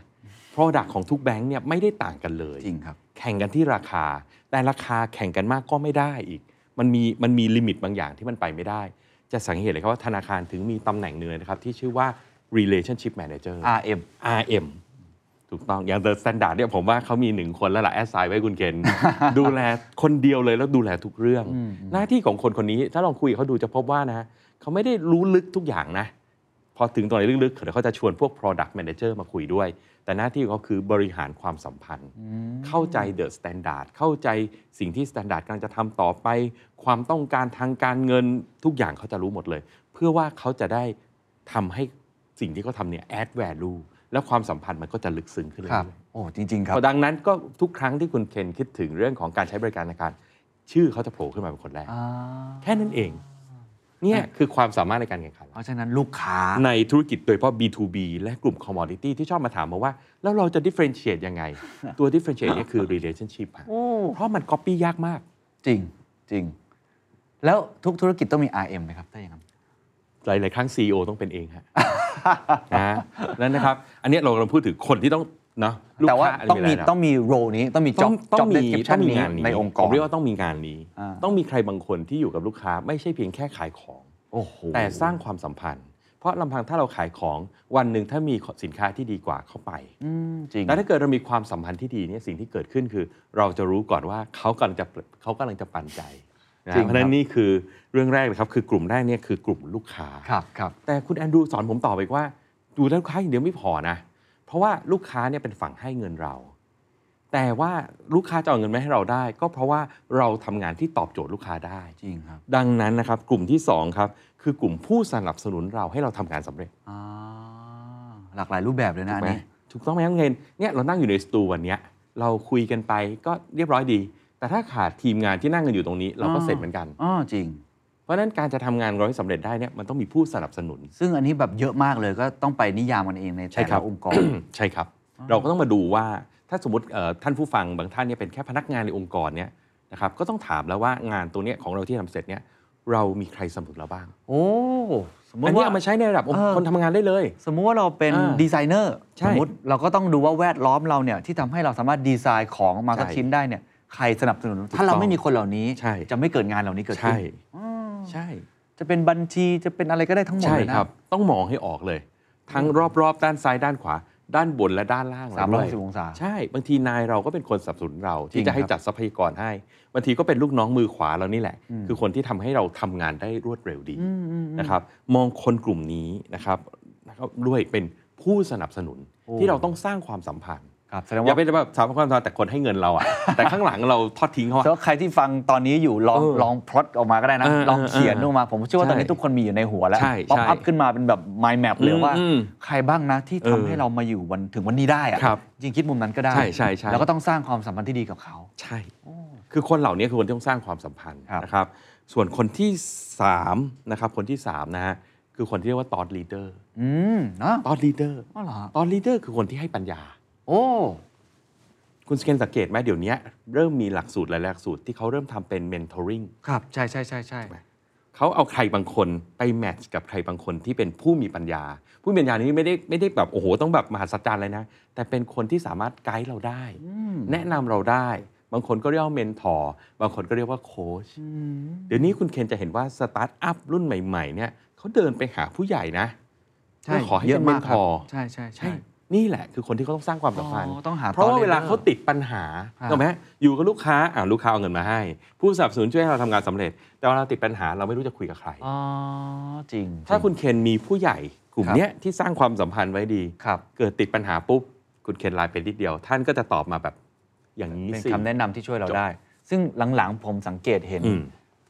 S1: product ของทุกแบงค์เนี่ยไม่ได้ต่างกันเลย
S2: จริงครับ
S1: แข่งกันที่ราคา แต่ราคาแข่งกันมากก็ไม่ได้อีก มันมีมันมีลิมิตบางอย่างที่มันไปไม่ได้ จะสังเกตเลยครับว่าธนาคารถึงมีตำแหน่งหนึ่งเลยนะครับ ที่ชื่อว่า relationship manager
S2: RM
S1: RM ถูกต้องอย่าง The Standard เนี่ยผมว่าเขามีหนึ่งคนแล้วล่ะแอสไซน์ไว้ให้คุณเคน ดูแลคนเดียวเลยแล้วดูแลทุกเรื่อง
S2: อืม
S1: หน้าที่ของคนคนนี้ถ้าลองคุยกับเขาดูจะพบว่านะฮะเขาไม่ได้รู้ลึกทุกอย่างนะ พอถึงตรงไหนลึกๆเดี๋ยวเขาจะชวนพวก product manager มาคุยด้วย แต่หน้าที่ของเขาคือบริหารความสัมพันธ์
S2: อืม
S1: เข้าใจเดอะสแตนดาร์ดเข้าใจสิ่งที่สแตนดาร์ดกำลังจะทำต่อไป ความต้องการทางการเงินทุกอย่างเขาจะรู้หมดเลย เพื่อว่าเขาจะได้ทำให้สิ่งที่เขาทำเนี่ยแอดแวลูแล้วความสัมพันธ์มันก็จะลึกซึ้งขึ้น
S2: ครับ
S1: เรื่อย
S2: โอ้ จริง ๆ
S1: ๆ
S2: ครับ
S1: พอดังนั้นก็ทุกครั้งที่คุณเคนคิดถึงเรื่องของการใช้บริการธนาคารชื่อเขาจะโผล่ขึ้นมาเป็นคนแรก
S2: อ่า
S1: แค่นั้นเองเนี่ยคือความสามารถในการแข่งขัน
S2: เพราะฉะนั้นลูกค้า
S1: ในธุรกิจโดยเฉพาะ B2B และกลุ่ม commodity ที่ชอบมาถามมาว่า แล้วเราจะ differentiate ยังไง ตัว differentiate เนี่ยคือ relationship ฮะเพราะมัน copy ยากมาก
S2: จริง จริง แล้วทุกธุรกิจต้องมี RM ไหมครับ ถ้าอย่างนั้น
S1: หลาย ๆ ครั้ง CEO ต้องเป็นเอง ฮะ นะนั่นนะครับ อันเนี้ยเรากำลังพูดถึงคนที่ต้องเนาะลูก
S2: แต่ว่า
S1: ค้าะไร
S2: ต้องมี
S1: หลายๆ
S2: ต้องมีโรนี้ต้องมี
S1: ต้อง
S2: job
S1: ต้อ
S2: job
S1: งมี
S2: description
S1: ต้องมี
S2: นี้
S1: งานนี้
S2: ในองค์กร
S1: ผมเรียกว่าต้องมีงานนี้
S2: อ่า
S1: ต้องมีใครบางคนที่อยู่กับลูกค้าไม่ใช่เพียงแค่ขายของ
S2: โอ้โห
S1: แต่สร้างความสัมพันธ์ เพราะลำพังถ้าเราขายของวันหนึ่งถ้ามีสินค้าที่ดีกว่าเข้าไป
S2: อืมจริง
S1: แต่ถ้าเกิดเรามีความสัมพันธ์ที่ดีเนี่ยสิ่งที่เกิดขึ้นคือ เราจะรู้ก่อนว่าเขากำลังจะเขากำลังจะปันใจนะ
S2: จริง
S1: เพราะฉะนั้
S2: ครั
S1: น
S2: บ
S1: นี่คือเรื่องแรกนะครับคือกลุ่มแรกเนี่ยคือกลุ่มลูกค้า
S2: ครับครับ
S1: แต่คุณแอนดรูสอนผมต่อไปอีกว่า ดูแลลูกค้าอย่างเดียวไม่พอนะ เพราะว่าลูกค้าเนี่ยเป็นฝั่งให้เงินเรา แต่ว่าลูกค้าจะเอาเงินมาให้เราได้ ก็เพราะว่าเราทำงานที่ตอบโจทย์ลูกค้าได้
S2: จริงครับ
S1: ดังนั้นนะครับกลุ่มที่สองครับคือกลุ่มผู้สนับสนุนเราให้เราทำงานสำเร็จ
S2: อ่าหลากหลายรูปแบบเลยนะอันนี้
S1: ถูกต้องไหมครับเงินเนี่ยเรานั่งอยู่ในสตูวันเนี้ยเราคุยกันไปก็เรียบร้อยดี แต่ถ้าขาดทีมงานที่นั่งกันอยู่ตรงนี้ เราก็
S2: อ่า
S1: เสร็จเหมือนกัน
S2: อ๋อจริง
S1: เพราะฉะนั้นการจะทำงานเราให้สำเร็จได้เนี่ยมันต้องมีผู้สนับสนุน
S2: ซึ่งอันนี้แบบเยอะมากเลยก็ต้องไปนิยามกันเองใน
S1: ใช่
S2: แต่
S1: ครั
S2: ละ
S1: บ
S2: องค์กร
S1: ใช่ครับ เราก็ต้องมาดูว่าถ้าสมมติเอ่อท่านผู้ฟังบางท่านเนี่ยเป็นแค่พนักงานในองค์กรเนี่ยนะครับก็ต้องถามแล้วว่างานตัวเนี้ยของเราที่ทำเสร็จเนี่ยเรามีใครสนับสนุนเราบ้าง
S2: โอ้สมม
S1: อัน
S2: ติ
S1: นี้
S2: ว่า
S1: เอามาใช้ในระดับองค์
S2: เออ
S1: คนทำงานได้เลย
S2: สมมุติว่าเราเป็น
S1: อ่า
S2: ดีไซเนอร์
S1: ใช่
S2: สมมติเราก็ต้องดูว่าแวดล้อมเราเนี่ยที่ทำให้เราสามารถดีไซน์ของออกมาสัก
S1: ใช่
S2: ชิ้นได้เนี่ยใครสนับสนุน
S1: ถูก
S2: ถ้าเรา
S1: ต้อง
S2: ไม่มีคนเหล่านี้
S1: ใช่
S2: จะไม่เกิดงานเหล่านี้เกิดขึ้
S1: ใช่
S2: นอืม
S1: ใช่
S2: จะเป็นบัญชีจะเป็นอะไรก็ได้ทั้งหมด
S1: ใช่
S2: เลยนะครับ
S1: ต้องมองให้ออกเลย ทั้งรอบๆ ด้านซ้ายด้านขวา ด้านบนและด้านล่างเด้ว
S2: สาย มร้อยหกสิบองศา
S1: ใช่ บางทีนายเราก็เป็นคนสนับสนุนเรา
S2: จริ
S1: ที่
S2: ง
S1: จะให้
S2: ครับ
S1: จัดทรัพยากรให้ บางทีก็เป็นลูกน้องมือขวาเรานี่แหละ
S2: อืม
S1: คือคนที่ทำให้เราทำงานได้รวดเร็วดี
S2: อืมอืมอืม
S1: นะครับมองคนกลุ่มนี้นะครับนะครับด้วยเป็นผู้สนับสนุน
S2: โอ้
S1: ที่เราต้องสร้างความสัมพันธ์
S2: ครับแสดง
S1: อย่า
S2: ว่า
S1: ไปแบบสร้ามความสัมพันธ์แต่คนให้เงินเรา อะ แต่ข้างหลังเราทอดทิ้งเขาอะ
S2: แสดงว่าใครที่ฟังตอนนี้อยู่ลอง
S1: เออ
S2: ลองพลอตออกมาก็ได้นะ
S1: เออ
S2: ลองเขียน
S1: เออ
S2: ออกมา ผมเชื่อว่าตอนนี้
S1: ใช่
S2: ทุกคนมีอยู่ในหัวแล้ว
S1: ใช่
S2: ป๊อป
S1: ใช่
S2: อัพขึ้นมาเป็นแบบ mind map เลยว่า
S1: อืมอืม
S2: ใครบ้างนะที่
S1: เออ
S2: ทำให้เรามาอยู่วันถึงวันนี้ได้อะ
S1: ครับ
S2: จริงคิดมุมนั้นก็ได้
S1: ใช่ใช่ใช่
S2: แล้วก็ต้องสร้างความสัมพันธ์ที่ดีกับเขา
S1: ใช่ คือคนเหล่านี้คือคนที่ต้องสร้างความสัมพันธ์
S2: ครับ
S1: นะครับ ส่วนคนที่สามนะครับคนที่สามนะฮะคือคนที่เรียกว่าตอดลีเดอร์
S2: อืมเนาะ
S1: ตอดลีเดอร์
S2: อ๋อเหรอฮะ
S1: ตอดลีเดอร์คือคนที่ให้ปัญญา
S2: โอ้
S1: คุณสเกนสังเกตไหมเดี๋ยวนี้เริ่มมีหลักสูตรหลายหลักสูตรที่เขาเริ่มทำเป็น mentoring
S2: ครับใช่ใช่ใช่ใช่
S1: เขาเอาใครบางคนไปแมทช์กับใครบางคนที่เป็นผู้มีปัญญา ผู้มีปัญญานี้ไม่ได้ไม่ได้แบบโอ้โหต้องแบบมหาศาลเลยนะ แต่เป็นคนที่สามารถไกด์เราได้
S2: อืม
S1: แนะนำเราได้ บางคนก็เรียกว่าเมนทอร์บางคนก็เรียกว่าโค้ช
S2: อืม
S1: เดี๋ยวนี้คุณเคนจะเห็นว่าสตาร์ทอัพรุ่นใหม่ๆเนี่ยเขาเดินไปหาผู้ใหญ่นะเพื่อขอให้เป็นเมนทอร์
S2: ใช่ใช่
S1: ใช่นี่แหละคือคนที่เขาต้องสร้างความสัมพันธ์
S2: อ๋อต้องหา
S1: เพราะว่า
S2: thought
S1: เวลา
S2: leader
S1: เขาติดปัญหา
S2: อ่า
S1: ถูกไหมอยู่กับลูกค้าอ่าลูกค้าเอาเงินมาให้ ผู้สนับสนุนช่วยให้เราทำงานสำเร็จ แต่เวลาติดปัญหาเราไม่รู้จะคุยกับใคร
S2: อ๋อจริง
S1: ถ้า
S2: จริง
S1: คุณเคนมีผู้ใหญ่กลุ่ม
S2: ครับ
S1: เนี้ยที่สร้างความสัมพันธ์ไว้ดี
S2: ครับ
S1: เกิดติดปัญหาปุ๊บ คุณเคนไลน์ไปนิดเดียว ท่านก็จะตอบมาแบบอย่างนี้
S2: เป็น
S1: สิ
S2: คำแนะนำที่ช่วยเรา
S1: จบ
S2: ได้ ซึ่งหลังๆผมสังเกตเห็น
S1: อืม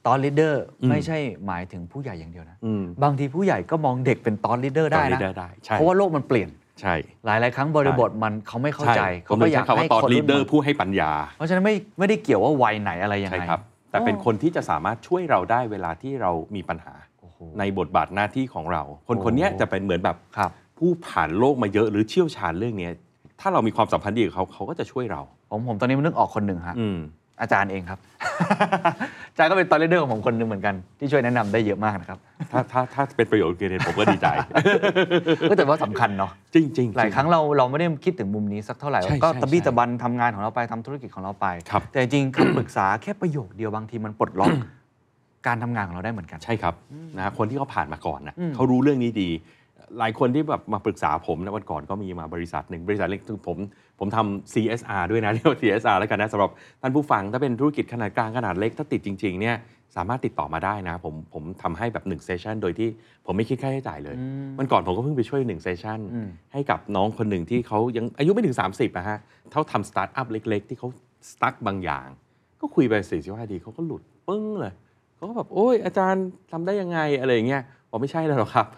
S2: ต ตอนลีดเดอร์
S1: อืม
S2: ไม่ใช่หมายถึงผู้ใหญ่อย่างเดียวนะ
S1: อืม
S2: บางทีผู้ใหญ่ก็มองเด็กเป็นตอนลีดเดอร์ได้
S1: ตอนนี้
S2: นะ
S1: ได้ได้ใช่
S2: เพราะว่าโลกมันเปลี่ยน
S1: ใช่
S2: หลาย ๆ ครั้งบริบทมันเขาไม่เข้าใจ
S1: ช่
S2: เขาก็อยาก
S1: ผมถึงช้คำว่
S2: ให้
S1: ตอน
S2: คน
S1: ลี
S2: รุ่
S1: ด
S2: น
S1: เดอร์
S2: ใหม่
S1: ผู้ให้ปัญญา
S2: เพราะฉะนั้นไม่ไม่ได้เกี่ยวว่าวัยไหนอะไรยัง
S1: ใช่
S2: ไง
S1: ครับ แต่เป็นคนที่จะสามารถช่วยเราได้เวลาที่เรามีปัญหา
S2: โอ้โห
S1: ในบทบาทหน้าที่ของเรา คน
S2: โอ้
S1: คนเนี้ยจะเป็นเหมือนแบบ
S2: ครับ
S1: ผู้ผ่านโลกมาเยอะหรือเชี่ยวชาญเรื่องเนี้ยถ้าเรามีความสัมพันธ์ดีกับเขาเขาก็จะช่วยเรา
S2: ผมผมตอนนี้มันนึกออกคนหนึ่งฮะ
S1: อืม
S2: อาจารย์เองครับ อาจารย์ก็เป็นตอนลีดเดอร์ของผมคนหนึ่งเหมือนกัน ที่ช่วยแนะนำได้เยอะมากนะครับ
S1: ถ้าถ้าถ้าเป็นประโยชน์กับเกเรนผมก็ดีใจ
S2: ก็แต่ว่าสำคัญเนาะ
S1: จริงๆ จริง
S2: หลายครั้งเราเราไม่ได้คิดถึงมุมนี้สักเท่าไหร่
S1: ใช่
S2: ก็
S1: ใช่
S2: ตะบี้
S1: ใช่
S2: ตะบันทำงานของเราไปทำธุรกิจของเราไป
S1: ครับ
S2: แต่จริงๆคำปรึกษาแค่ประโยคเดียวบางทีมันปลดล็อก การทำงานของเราได้เหมือนกัน
S1: ใช่ครับนะฮะคนที่เขาผ่านมาก่อนนะ
S2: อืม
S1: เขารู้เรื่องนี้ดี หลายคนที่แบบมาปรึกษาผมนะวันก่อนก็มีมาบริษัทหนึ่งบริษัทเล็กคือผมผมทำ CSR ด้วยนะเรีย กว่า CSR แล้วกันนะสำหรับท่านผู้ฟังถ้าเป็นธุรกิจขนาดกลางขนาดเล็ก ถ้าติดจริงๆเนี่ยสามารถติดต่อมาได้นะ ผมผมทำให้แบบ1เซสชันโดยที่ผมไม่คิดค่าใช้จ่ายเลย
S2: อืม
S1: วันก่อนผมก็เพิ่งไปช่วย1เซสชัน
S2: อืม
S1: ให้กับน้องคนหนึ่งที่เขายังอายุไม่ถึง 30นะฮะเท่าทำสตาร์ทอัพเล็ก ๆ ที่เขาสตั๊กบางอย่าง ก็คุยไปสี่สิบห้าทีเขาก็หลุดปึ้งเลย เขาก็แบบ โอ้ยอาจารย์ทำได้ยังไง อะไรอย่างเงี้ยบอกไม่ใช่แล้วหรอกครับ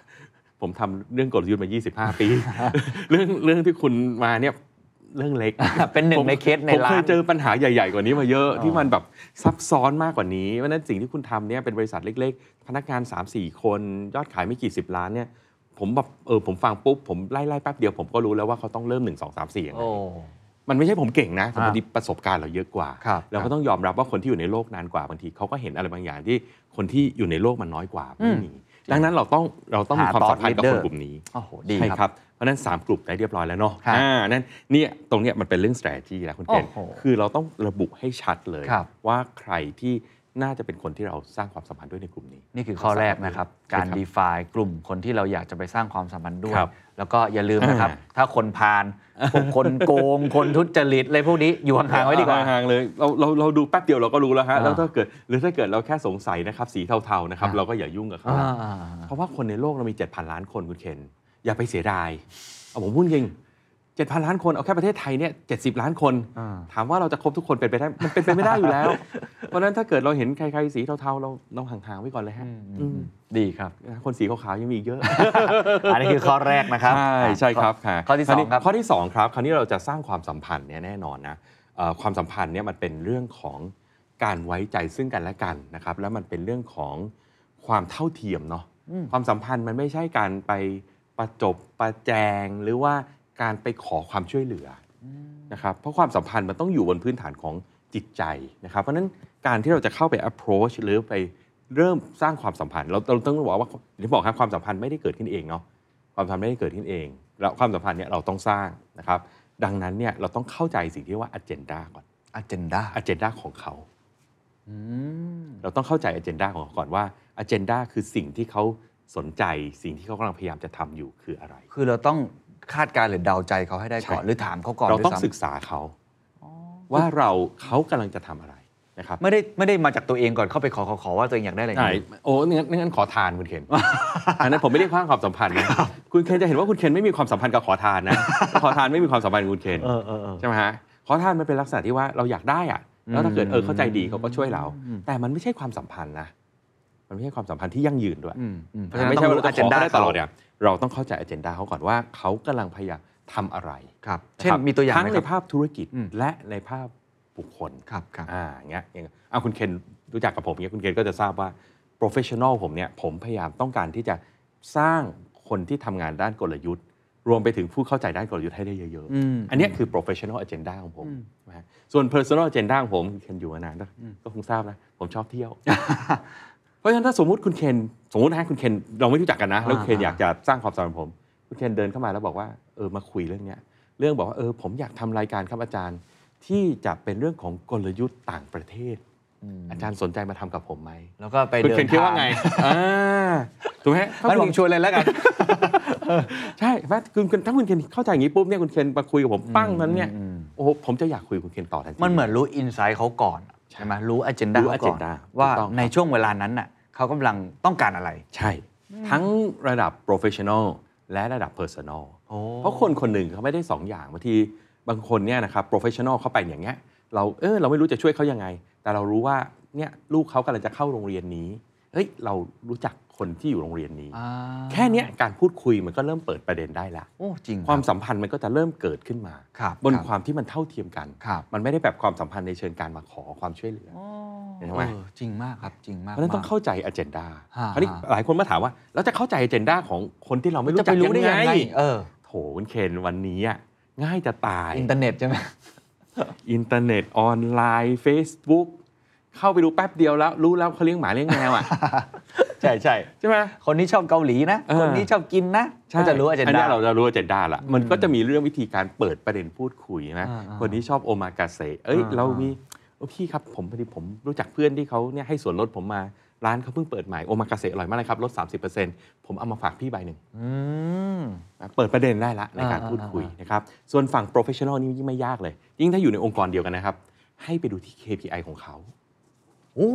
S1: ผมทำเรื่องกลยุทธ์มา 25 ปี เรื่องเรื่องที่คุณมาเนี่ยเรื่องเล็ก
S2: เป็นหนึ่งในเคสใน
S1: ผม
S2: ร้า
S1: เคน ยเจอปัญหาใหญ่ ๆ กว่านี้มาเยอะ
S2: อ๋อ
S1: ที่มันแบบซับซ้อนมากกว่านี้เพราะฉะนั้นสิ่งที่คุณทำเนี่ยเป็นบริษัทเล็ก ๆ พนักงาน 3-4 คน ยอดขายไม่กี่สิบล้านเนี่ยผมแบบเออผมฟังปุ๊บผมไล่ๆแป๊บเดียวผมก็รู้แล้วว่าเขาต้องเริ่ม 1 2 3 4ยังไง มันไม่ใช่ผมเก่งนะแต่
S2: อ่า
S1: พอดีประสบการณ์เราเยอะกว่า
S2: ครับ
S1: เรา
S2: ครั
S1: ก็
S2: บ
S1: ต้องยอมรับว่าคนที่อยู่ในโลกนานกว่าบางทีเขาก็เห็นอะไรบางอย่างที่คนที่อยู่ในโลกมันน้อยกว่าไม่มีดังนั้นเราต้องเราต้องมี
S2: หา
S1: ความสัมพันธ์กับคน
S2: thought leader
S1: กลุ่มนี้
S2: โอ้โหดี
S1: ใช่
S2: ครับ
S1: ครับ เพราะฉะนั้น 3 กลุ่มได้เรียบร้อยแล้วเนาะ
S2: ครับ
S1: อ่านั่นเนี่ยตรงเนี้ยมันเป็นเรื่อง strategy แหละคุณเกณฑ์
S2: โอ้โห
S1: คือเราต้องระบุให้ชัดเลย
S2: ครับ
S1: ว่าใครที่น่าจะเป็นคนที่เราสร้างความสัมพันธ์ด้วยในกลุ่มนี้
S2: นี่คือข้อแรกนะครับ
S1: ใช่ครับ
S2: การ define กลุ่มคนที่เราอยากจะไปสร้างความสัมพันธ์ด้วย
S1: ครับ
S2: แล้วก็อย่าลืมนะครับ
S1: อ่า
S2: ถ้าคนพาล พวกคนโกง คนทุจริตอะไรพวกนี้อยู่ห่างๆไว้ดีกว่า
S1: ห่างๆเลยเราเราเราดูแป๊บเดียวเราก็รู้แล้วฮะ
S2: อ่า
S1: แล้วถ้าเกิดหรือถ้าเกิดเราแค่สงสัยนะครับสีเทาๆนะครับ
S2: อ่า
S1: เราก็อย่ายุ่งกับเขา
S2: อ่า
S1: ละ
S2: ๆ
S1: เพราะว่าคนในโลกเรามี 7,000 ล้านคนคุณเคน อย่าไปเสียดาย เอาผมพูดจริง 7,000 ล้านคน เอาแค่ประเทศไทยเนี่ย70 ล้านคน
S2: อ่า
S1: ถามว่าเราจะครบทุกคนเป็นไปได้ มันเป็นไปไม่ได้อยู่แล้ว เพราะฉะนั้นถ้าเกิดเราเห็นใครๆ สีเทาๆ เราเราห่างๆไว้ก่อนเลยฮะ
S2: อื
S1: อื
S2: ม
S1: ม
S2: ๆดีครับ
S1: คนสีขาวๆยังมีอีกเยอะ
S2: อันนี้คือข้อแรกนะครับ
S1: ใช่ใช่ครับ
S2: ข้อ
S1: ค่ะ
S2: ข้อที่สอ
S1: า
S2: ง
S1: วนี้
S2: ครับ
S1: ข้อที่สองครับ คราวนี้เราจะสร้างความสัมพันธ์เนี่ยแน่นอนนะเอ่อความสัมพันธ์เนี่ยมันเป็นเรื่องของการไว้ใจซึ่งกันและกันนะครับ แล้วมันเป็นเรื่องของความเท่าเทียมเนาะ
S2: อืม
S1: ความสัมพันธ์มันไม่ใช่การไปประจบประแจงหรือว่าการไปขอความช่วยเหลืออนะครับเพราะความสัมพันธ์มันต้องอยู่บนพื้นฐานของจิตใจนะครับเพราะฉะนั้นการที่เราจะเข้าไป approach หรือไปเริ่มสร้างความสัมพันธ์เราเราต้องบอกว่าอย่างที่บอกครับความสัมพันธ์ไม่ได้เกิดขึ้นเองเนาะ ความสัมพันธ์ไม่ได้เกิดขึ้นเอง แล้วความสัมพันธ์เนี่ยเราต้องสร้างนะครับ ดังนั้นเนี่ยเราต้องเข้าใจสิ่งที่เรียกว่า agenda ก่อน
S2: agenda
S1: agenda ของเขา
S2: อืม
S1: เราต้องเข้าใจ agenda ของเขาก่อนว่า agenda คือสิ่งที่เขาสนใจ สิ่งที่เขากำลังพยายามจะทำอยู่คืออะไร
S2: คือเราต้องคาดการณ์หรือเดาใจเขาให้ได้ก่อน
S1: ใช่
S2: หรือถามเขาก่อน
S1: เราต้อง
S2: ด้วยซ้ำ
S1: ศึกษาเขา ว่าเราเขากำลังจะทำอะไรนะครับ
S2: ไม่ได้ไม่ได้มาจากตัวเองก่อนเข้าไปขอขอขอว่าตัวเองอยากได้อะไรอย่าง
S1: ไหน
S2: นี้
S1: โอ้งั้นงั้นขอทานคุณเคน อันนั้นผมไม่ได้คว้างความสัมพันธ์นะคุณเคนจะเห็นว่าคุณเคนไม่มีความสัมพันธ์กับขอทานนะ ขอทานไม่มีความสัมพันธ์กับคุณเคน
S2: เออเออเออ
S1: ใช่ไหมฮะขอทานมันเป็นลักษณะที่ว่าเราอยากได้อะแล้วถ้าเกิดเออเข้าใจดีเขาก็ช่วยเรา
S2: อืม
S1: แต่มันไม่ใช่ความสัมพันธ์นะ มันไม่ใช่ความสัมพันธ์ที่ยั่งยืนด้วย
S2: อืมอืมเพราะฉะ
S1: มันไม
S2: นั้น
S1: ่
S2: ต้อ
S1: ใช่
S2: ง
S1: ว่าเราจะขอ
S2: รู้ agenda
S1: ได้ตลอดเนี่ยเราต้องเข้าใจ agenda เขาก่อนว่าเขากำลังพยายามทำอะไร
S2: ครับ
S1: ะ
S2: เช่น
S1: ครับ
S2: มีตัวอย่าง
S1: ทั้
S2: ไหม
S1: ง
S2: ค
S1: ใน
S2: รับ
S1: ภาพธุรกิจ
S2: อืม
S1: และในภาพบุคคล
S2: ครับครับ
S1: อ่าอย่างเงี้ยอย่างเงี้ยอ่ะคุณเคนรู้จักกับผมอย่างเงี้ยคุณเคนก็จะทราบว่า professional ผมเนี่ยผมพยายามต้องการที่จะสร้างคนที่ทำงานด้านกลยุทธ์ รวมไปถึงผู้เข้าใจด้านกลยุทธ์ให้ได้เยอะๆ
S2: อืม
S1: อันเนี้ยคือ professional agenda ของผม
S2: อืม
S1: นะฮะส่วน personal agenda ของผมคุณเคนอยู่มานานแล้ว
S2: อืม
S1: ก็คงทราบนะ ผมชอบเที่ยว เพราะฉะนั้นถ้าสมมุติคุณเคนสมมตินะคุณเคนเราไม่รู้จักกันนะ แล้วคุณเคนอยากจะสร้างความสัมพันธ์กับผม คุณเคนเดินเข้ามาแล้วบอกว่าเออมาคุยเรื่องเนี้ยเรื่องบอกว่าเออผมอยากทำรายการครับอาจารย์ ที่จะเป็นเรื่องของกลยุทธ์ต่างประเทศ อาจารย์สนใจมาทำกับผมไหม
S2: แล้วก็ไป
S1: คุณ
S2: เดิน
S1: เคนคิดว่าไงอ่าถูกไหมถ้า
S2: มัน
S1: คุ
S2: ผ
S1: ณ
S2: มชวนเลยแล้วกัน
S1: ใช่ไหมคุณคุณถ้าคุณเคนเข้าใจอย่างนี้ปุ๊บเนี่ยคุณเคนมาคุยกับผมปั้งนั้นเนี่ย
S2: อืม
S1: โอ้โหผมจะอยากคุยกับคุณเคนต่อทันที
S2: มันเหมือนรู้อินไซต์เขาก่อนใช่ไหมรู้ agenda
S1: รู้
S2: เขาก่อน
S1: agenda
S2: ว่า
S1: ถูกต้องครับ
S2: ในช่วงเวลานั้นน่ะเขากำลังต้องการอะไร
S1: ใช่ ทั้งระดับ professional และระดับ personal
S2: โอ้
S1: เพราะคนคนหนึ่งเขาไม่ได้สองอย่างบางทีบางคนเนี่ยนะครับ professional เข้าไปอย่างเงี้ยเราเออเราไม่รู้จะช่วยเขายังไง แต่เรารู้ว่า เนี่ยลูกเขากำลังจะเข้าโรงเรียนนี้เฮ้ยเรารู้จักคนที่อยู่โรงเรียนนี้
S2: อ่า
S1: แค่เนี้ยการพูดคุยมันก็เริ่มเปิดประเด็นได้ละ
S2: โอ้จริงรับ
S1: ความสัมพันธ์มันก็จะเริ่มเกิดขึ้นมา
S2: ครับ
S1: บน
S2: รับ
S1: ความที่มันเท่าเทียมกัน
S2: ครับ
S1: มันไม่ได้แบบความสัมพันธ์ในเชิงการมาขอความช่วยเหลือ เห็นไหม
S2: เออจริงมากครับจริงมาก
S1: เพราะฉะนั้นต้อง
S2: มก
S1: เข้าใจ agenda
S2: ฮะ
S1: คราวนี้
S2: ฮะ
S1: หลายคนมาถามว่าแล้วจะเข้าใจ agenda ของคนที่เราไม่รู้
S2: จะ
S1: จั
S2: ไป
S1: ก
S2: รู้ได้
S1: ยั
S2: ยัง ง
S1: ไง
S2: ไงเออ
S1: โถคุณเคนวันนี้อะง่ายจะตาย
S2: อินเทอร์เน็ตใช่ไหม
S1: อินเทอร์เน็ตออนไลน์ Facebook เข้าไปดูแป๊บเดียวแล้ว รู้แล้วเขาเลี้ยงหมาเลี้ยงแม วอ่ะ
S2: ใช่ใช่
S1: ใช่ไหม
S2: คนนี้ชอบเกาหลีนะ
S1: เออ
S2: คนนี้ชอบกินนะก็จะรู้อาจารย์
S1: นนี้
S2: ดา
S1: เราจะรู้อาเจนดาละ
S2: อืม
S1: มันก็จะมีเรื่องวิธีการเปิดประเด็นพูดคุยนะ
S2: อ่าๆ
S1: คนที่ชอบโอมากาเสะเอ้ย
S2: อ่าๆ
S1: เรามีโอ้พี่ครับผมพอดีผมรู้จักเพื่อนที่เขาเนี่ยให้ส่วนลดผมมาร้านเขาเพิ่งเปิดใหม่โอมากาเสะอร่อยมากเลยครับลด 30%ผมเอามาฝากพี่ใบหนึ่งเปิดประเด็นได้ละในการ
S2: อ่าๆๆ
S1: พูดคุยนะครับส่วนฝั่ง professional นี่ยิ่งไม่ยากเลย ยิ่งถ้าอยู่ในองค์กรเดียวกันนะครับ ให้ไปดูที่ KPI ของเขา
S2: โอ้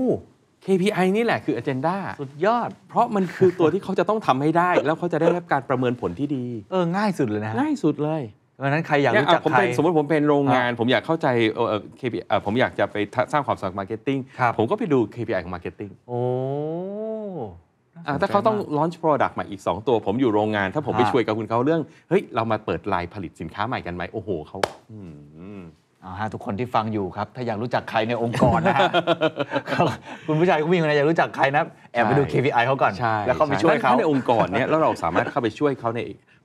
S1: KPI นี่แหละคือ agenda
S2: สุดยอด
S1: เพราะมันคือตัวที่เขาจะต้องทำให้ได้ แล้วเขาจะได้รับการประเมินผลที่ดี
S2: เออ ง่ายสุดเลยนะฮะ
S1: ง่ายสุดเลย
S2: เพราะฉะนั้นใครอยาก
S1: เนี่
S2: รู้จัก
S1: อ่ะผม
S2: ใคร
S1: เป็นสมมติผมเป็นโรงงาน ผมอยากเข้าใจเอ่อ KPI เอ่อผมอยากจะไปทะสร้างความสำเร็จมาร์เก็ตติ้ง
S2: ครับ
S1: ผมก็ไปดู KPI ของมาร์เก็ตติ้ง
S2: โอ้น่สนใจ
S1: ถ้าเขาต้อง
S2: มก
S1: launch product ใหม่อีก 2 ตัว ผมอยู่โรงงาน ถ้าผมไป
S2: ฮะ
S1: ช่วยกับคุณเขาเรื่อง เฮ้ย เรามาเปิดไลน์ผลิตสินค้าใหม่กันไหมโอ้โหเขาอืม
S2: เอาฮะทุกคนที่ฟังอยู่ครับ ถ้าอยากรู้จักใครในองค์กรนะ ฮะ คุณผู้ชายคุณผู้หญิงคนไหนอยากรู้จักใครนะแอบไปดู
S1: ใช่
S2: KPI เขาก่อน
S1: ใช่
S2: แล้วเขาไปช่วยเขา
S1: ถ้ในองค์กรเนี่ยแล้วเราสามารถเข้าไปช่วย เขาใน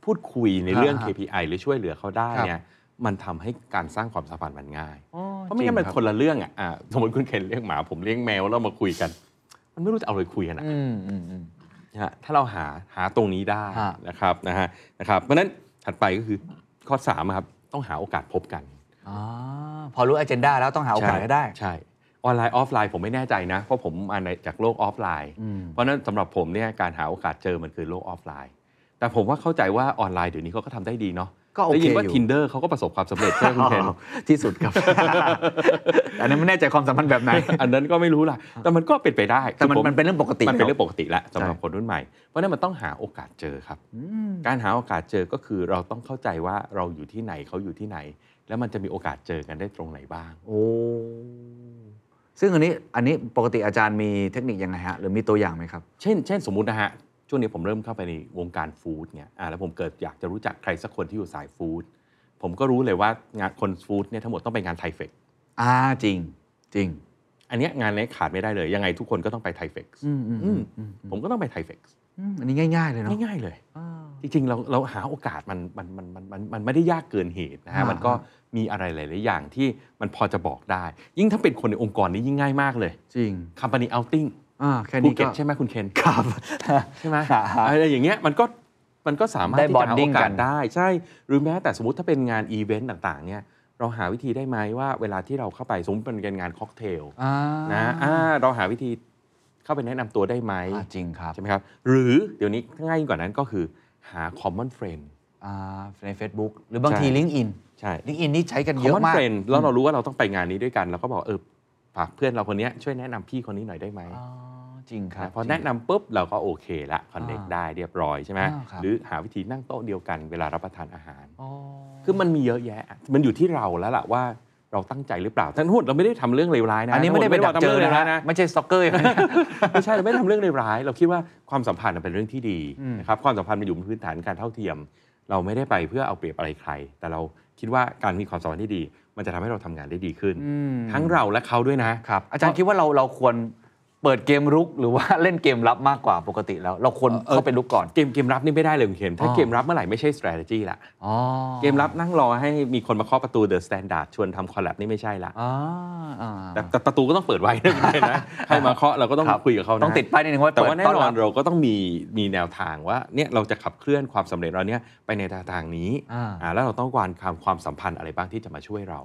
S1: พูดคุยในเรื่อง
S2: อ่าฮะ
S1: KPI หรือช่วยเหลือเขาได้เนี่ยมันทำให้การสร้างความสัมพันธ์มันง่าย
S2: อ๋อ
S1: เพราะไม่งั้นมัน
S2: จง
S1: คนละเรื่องอ่ะอ่าสมมติคุณเคนเลี้ยงหมา ผมเลี้ยงแมวแล้วมาคุยกัน มันไม่รู้จะเอาอะไรคุยกันอะ
S2: อืมอืมอืม
S1: นะฮะถ้าเราหาหาตรงนี้ได้
S2: ฮะ
S1: นะครับนะฮะนะครับเพราะฉะนั้นถัดไปก็คือข้อสามอะครับต้องหาโอกาสพบกัน
S2: อ๋อพอรู้ agenda แล้วต้องหาโอกาสให้ได้
S1: ใช่ใช่ออนไลน์ออฟไลน์ผมไม่แน่ใจนะ เพราะผมมาในจากโลกออฟไลน์
S2: อืม
S1: เพราะฉะนั้นสำหรับผมเนี่ยการหาโอกาสเจอมันคือโลกออฟไลน์ แต่ผมว่าเข้าใจว่าออนไลน์เดี๋ยวนี้เขาก็ทำได้ดีเนาะ
S2: ก็โอเค
S1: ได้ยินว่า
S2: อยู่
S1: tinder เขาก็ประสบความสำเร็จใช่ไหมคุณเคน
S2: อ๋อที่สุดครับ อันนั้นไม่แน่ใจความสัมพันธ์แบบไหน
S1: อันนั้นก็ไม่รู้ล่ะ แต่มันก็เป็นไปได้
S2: แต่มัน
S1: คือผ
S2: มันเป็นเรื่องปกติ
S1: มันเป็น
S2: อะ
S1: เรื่องปกติแล้วสำหรับ
S2: ใช่
S1: คนรุ่นใหม่ เพราะฉะนั้นมันต้องหาโอกาสเจอครับ
S2: อืม
S1: การหาโอกาสเจอก็คือเราต้องเข้าใจว่าเราอยู่ที่ไหนเขาอยู่ที่ไหน แล้วมันจะมีโอกาสเจอกันได้ตรงไหนบ้าง
S2: โอ้ ซึ่งอันนี้อันนี้ปกติอาจารย์มีเทคนิคยังไงฮะ หรือมีตัวอย่างไหมครับ
S1: เช่น เช่นสมมุตินะฮะ ช่วงนี้ผมเริ่มเข้าไปในวงการฟู้ดเนี่ยอ่าแล้วผมเกิดอยากจะรู้จักใครสักคนที่อยู่สายฟู้ดผมก็รู้เลยว่างานคนฟู้ดเนี่ยทั้งหมดต้องไปงานไทเฟก
S2: อ่าจริง จริง
S1: อันเนี้ยงานนี้ขาดไม่ได้เลย ยังไงทุกคนก็ต้องไปไทเฟก
S2: อืมอืมอืมอืม
S1: ผมก็ต้องไปไทเฟก
S2: อืมอันนี้ง่าย ๆ เลยเนาะ
S1: ง่ายๆเลย
S2: อ่า
S1: จริงๆเราเราหาโอกาสมันมันมันมันมันมันไม่ได้ยากเกินเหตุนะฮะ
S2: อ่ามั
S1: มันก็มีอะไรหลายๆอย่างที่มันพอจะบอกได้ ยิ่งถ้าเป็นคนในองค์กรนี้ยิ่งง่ายมากเลย
S2: จริง
S1: Company Outing
S2: อ่าแค่
S1: ภู
S2: นี้
S1: เก็
S2: ก็
S1: ตใช่ไหมคุณเคน
S2: ครับ
S1: ใช่ไหม
S2: ครับ
S1: อะไรอย่างเงี้ยมันก็มันก็สามารถ
S2: ได้
S1: ที่จะหาโอ
S2: bonding
S1: กา
S2: กั
S1: ส
S2: น
S1: ได้ใช่ หรือแม้แต่สมมติถ้าเป็นงานอีเวนต์ต่างๆเนี่ยเราหาวิธีได้ไหมว่าเวลาที่เราเข้าไปสมมติเป็นงานค็อกเทล
S2: อ่า
S1: นะอ่าเราหาวิธีเข้าไปแนะนำตัวได้ไหม
S2: อ่าจริงครับ
S1: ใช่ไหมครับหรือเดี๋ยวนี้ง่ายกว่านั้นก็คือหา common friend
S2: อ่าใน Facebook หรือบาง
S1: ใช่
S2: ทีลิงก์อิน
S1: ใช่
S2: ลิงก์อินนี่ใช้กัน
S1: คอ
S2: เย
S1: มมอ
S2: อะ
S1: น
S2: มาก
S1: เฟรนแล้วเรารู้ว่าเราต้องไปงานนี้ด้วยกัน เราก็บอกเออฝากเพื่อนเราคนเนี้ยช่วยแนะนำพี่คนนี้หน่อยได้ไหม
S2: อ๋อจริงครับ
S1: นะพอแนะนำปุ๊บเราก็โอเคละคอนเน็ก
S2: อ่า
S1: ได้เรียบร้อยใช่ไหม
S2: อ่าครับ
S1: หรือหาวิธีนั่งโต๊ะเดียวกันเวลารับประทานอาหาร
S2: อ๋อ
S1: คือมันมีเยอะแยะ มันอยู่ที่เราแล้วล่ะว่าเราตั้งใจหรือเปล่าท่านหุ่นเราไม่ได้ทำเรื่องเลวร้ายนะ
S2: อันนี้ไม่ได้ไป
S1: ท่า
S2: ดัก
S1: หุ่
S2: เจอ
S1: ม่
S2: นะ
S1: ว่าทำรื่งลวร้าย
S2: ฮะไม่ใช่สต็อกเกอร์
S1: ไม่ใช่เราไม่ได้ทำเรื่องเลวร้าย เราคิดว่าความสัมพันธ์มันเป็นเรื่องที่ดี
S2: อืม
S1: นะครับความสัมพันธ์มันอยู่บนพื้นฐานการเท่าเทียม เราไม่ได้ไปเพื่อเอาเปรียบอะไรใคร แต่เราคิดว่าการมีความสัมพันธ์ที่ดี มันจะทำให้เราทำงานได้ดีขึ้น ทั้งเราและเขาด้วยนะ
S2: ครับอาจารย์คิดว่าเราเราควรเปิดเกมรุกหรือว่า เล่นเกมรับมากกว่าปกติแล้ว เราควร
S1: เอ่อ
S2: เข้าไปรุกก่อน
S1: เกมเกมรับนี่ไม่ได้เลยคุณเข็มถ้า
S2: อ๋อ
S1: เกมรับเมื่อไหร่ไม่ใช่ strategy ละ
S2: อ๋อ
S1: เกมรับนั่งรอให้มีคนมาเคาะประตูเดอะสแตนดาร์ดชวนทำคอลแลบนี่ไม่ใช่ละ
S2: อ่าอ่า
S1: แต่แต่ประตูก็ต้องเปิดไว้ นะคุณเข็มนะใครมาเคาะเราก็ต้อง
S2: ครับ
S1: คุยกับเขานะ
S2: ต้องติดป้ายนิดนึงว่า
S1: แต่ว่า
S2: เปิ
S1: แน่
S2: ด
S1: นอ
S2: รั
S1: น
S2: บ
S1: เราก็ต้องมีมีแนวทางว่าเนี่ยเราจะขับเคลื่อนความสำเร็จเราเนี่ยไปในทางนี้
S2: อ่า
S1: อ่าแล้วเราต้องการความความสัมพันธ์อะไรบ้างที่จะมาช่วยเรา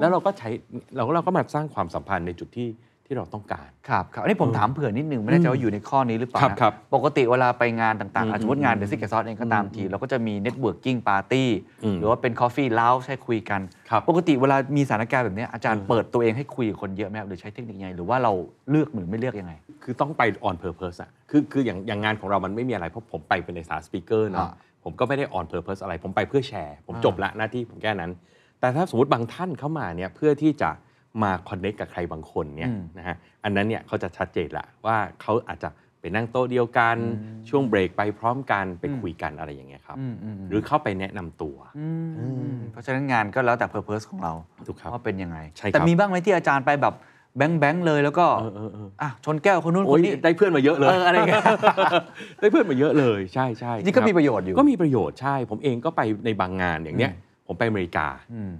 S1: แล้วเราก็ใช้เราก็เราก็มาสร้างความสัมพันธ์ในจุดที่ที่เราต้องการ
S2: ครับครับอันนี้ผมถามเผื่อนิดนึงไม่แน่ใจว่าอยู่ในข้อนี้หรือเปล่า
S1: ครับ
S2: นะครับ ปกติเวลาไปงานต่างๆอ่ะ
S1: อืม
S2: สมมติงานเดซิกเกอร์ซอสเองก็ตามที เราก็จะมีเน็ตเวิร์กิ่งปาร์ตี้
S1: อืม
S2: หรือว่าเป็นคอฟฟี่ลาวให้คุยกัน
S1: ครับ
S2: ปกติเวลามีสถานการณ์แบบเนี้ยอาจารย์
S1: อืม
S2: เปิดตัวเองให้คุยกับคนเยอะไหมครับหรือใช้เทคนิคยังไงหรือว่าเราเลือกหรือไม่เลือกยังไง
S1: คือต้องไป on purpose อะคือคืออย่างอย่างงานของเรามันไม่มีอะไรเพราะผมไปเป็นในสาสปีกเกอร์เนาะ
S2: อ่า
S1: ผมก็ไม่ได้ on purpose อะไร ผมไปเพื่อแชร์ ผม
S2: อ่า
S1: จบละหน้าที่ผมแค่นั้น แต่ถ้าสมมติบางท่านเข้ามาเนี่ยเพื่อที่จะ มาคอนเน c t กับใครบางคนเนี่ย
S2: อืม
S1: นะฮะอันนั้นเนี่ยเขาจะชัดเจนละว่าเขาอาจจะไปนั่งโต๊ะเดียวกัน
S2: อืม
S1: ช่วงเบรกไปพร้อมกันไป
S2: อืม
S1: คุยกันอะไรอย่างเงี้ยครับ
S2: อืมมม
S1: หรือเข้าไปแนะนำตัว
S2: ม
S1: อืม
S2: เพราะฉะนั้นงานก็แล้วแต่เพอร์เพสของเรา
S1: ถูกครับ
S2: ว่าเป็นยังไง
S1: ใช่ครับ
S2: แต่มีบ้างไหมที่อาจารย์ไปแบบแบงค์แบงค์ๆเลยแล้วก็
S1: เออเออเออ
S2: อ่ะชนแก้วคนนู้นค
S1: โอ้ย
S2: นนี้
S1: ได้เพื่อนมาเยอะเลย
S2: เอออะไรอย่างเงี้ย
S1: ได้เพื่อนมาเยอะเลยใช่ใช่
S2: นี่ก็
S1: ครับ
S2: มีประโยชน์อยู่
S1: ก็มีประโยชน์ใช่ ผมเองก็ไปในบางงานอย่างเนี้ยผมไปอเมริกา
S2: อืม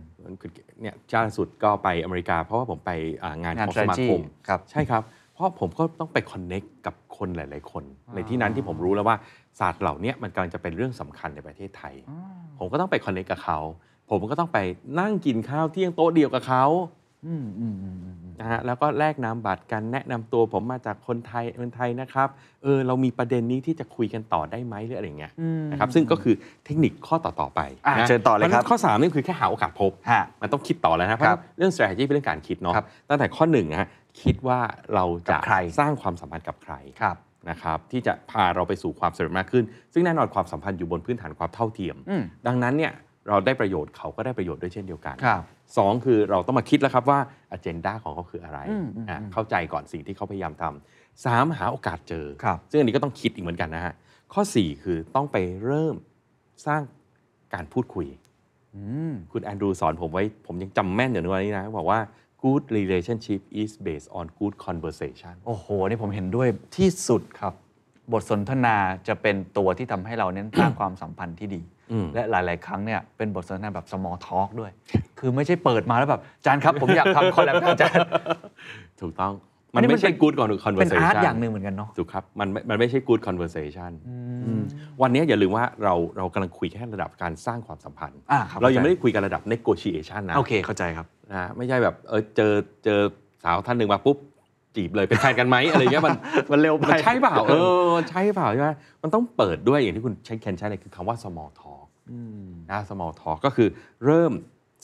S1: เนี่ยล่าสุดก็ไปอเมริกา เพราะว่าผมไปอ่างาน
S2: งาน
S1: ของสมา
S2: strategy
S1: คม
S2: ครับ
S1: ใช่ครับ เพราะผมก็ต้องไปคอนเน็กกับคนหลาย ๆ คน
S2: อ่า
S1: ในที่นั้นที่ผมรู้แล้วว่าศาสตร์เหล่าเนี้ยมันกำลังจะเป็นเรื่องสำคัญในประเทศไทย
S2: อ๋อ
S1: ผมก็ต้องไปคอนเน็กกับเขา ผมก็ต้องไปนั่งกินข้าวเที่ยงโต๊ะเดียวกับเขา
S2: อืมอืมอืมอืมอืม
S1: นะฮะแล้วก็แลกนามบัตรกันแนะนำตัวผมมาจากคนไทยคนไทยนะครับเออเรามีประเด็นนี้ที่จะคุยกันต่อได้ไหมหรืออะไรอย่างเงี้ย นะครับซึ่งก็คือเทคนิคข้อต่อ ๆ ไป
S2: อ่ะ
S1: นะ
S2: เชิญต่อเลยค
S1: พาะฉะ
S2: รับ
S1: นั้นข้อ 3 นี่คือแค่หาโอกาสพบ
S2: ฮะ
S1: มันต้องคิดต่อแล้วนะเพราะ
S2: ครับ
S1: เรื่อง strategy เป็นเรื่องการคิดเนาะ
S2: ครับ
S1: ตั้งแต่ข้อหนึ่งนะฮะคิดว่าเราจะ
S2: กับใคร
S1: สร้างความสัมพันธ์กับใคร
S2: ครับ
S1: นะครับที่จะพาเราไปสู่ความสำเร็จมากขึ้น ซึ่งแน่นอนความสัมพันธ์อยู่บนพื้นฐานความเท่าเทียม
S2: อืม
S1: ดังนั้นเนี่ยเราได้ประโยชน์เขาก็ได้ประโยชน์ด้วยเช่นเดียวกัน
S2: ครับ
S1: สองคือเราต้องมาคิดแล้วครับว่า agenda ของเขาคืออะไร
S2: อืมอืม
S1: อ่ะ
S2: อืม
S1: เข้าใจก่อนสิ่งที่เขาพยายามทำสามหาโอกาสเจอ
S2: ครับ
S1: ซึ่งอันนี้ก็ต้องคิดอีกเหมือนกันนะฮะ ข้อ 4 คือต้องไปเริ่มสร้างการพูดคุย
S2: อืม
S1: คุณแอนดรูสอนผมไว้ ผมยังจำแม่นอยู่ในวันนี้นะ บอกว่า good relationship is based on good conversation
S2: โอ้โห นี่ผมเห็นด้วยที่สุดครับ บทสนทนาจะเป็นตัวที่ทำให้เราเน้นสร้างความสัมพันธ์ที่ดี
S1: อืม
S2: และหลาย ๆ ครั้งเนี่ยเป็นบทสนทนาแบบ small talk ด้วย คือไม่ใช่เปิดมาแล้วแบบอาจารย์ครับ ผมอยากทำคอลแลบกับอาจารย์
S1: ถูกต้อง
S2: อั
S1: มัน น
S2: นี้มัน
S1: ไม่ใช่
S2: เป็น
S1: good
S2: เป็น
S1: conversation
S2: อาร์ตอย่างหนึ่งเหมือนกันเนาะ
S1: ถูกครับ มันไม่มันไม่ใช่ good conversation อืมวันนี้อย่าลืมว่าเราเรากำลังคุยแค่ระดับการสร้างความสัมพันธ์
S2: อ่าคบ
S1: เรายังไม่ได้คุยกันระดับ negotiation นะ
S2: โอเคเข้าใจครับ
S1: นะไม่ใช่แบบเออเจอเจอสาวท่านหนึ่งมาปุ๊บจีบเลยเป็นแฟนกันไหมอะไรเงี้ยมัน
S2: มันเร็วไป
S1: มันใช่เปล่า เอ อมันใช่เปล่าใช่ไหมมันต้องเปิดด้วยอย่างที่คุณใช้แคนใช้เลยคือคำว่า small talk นะ small talk ก็คือเริ่ม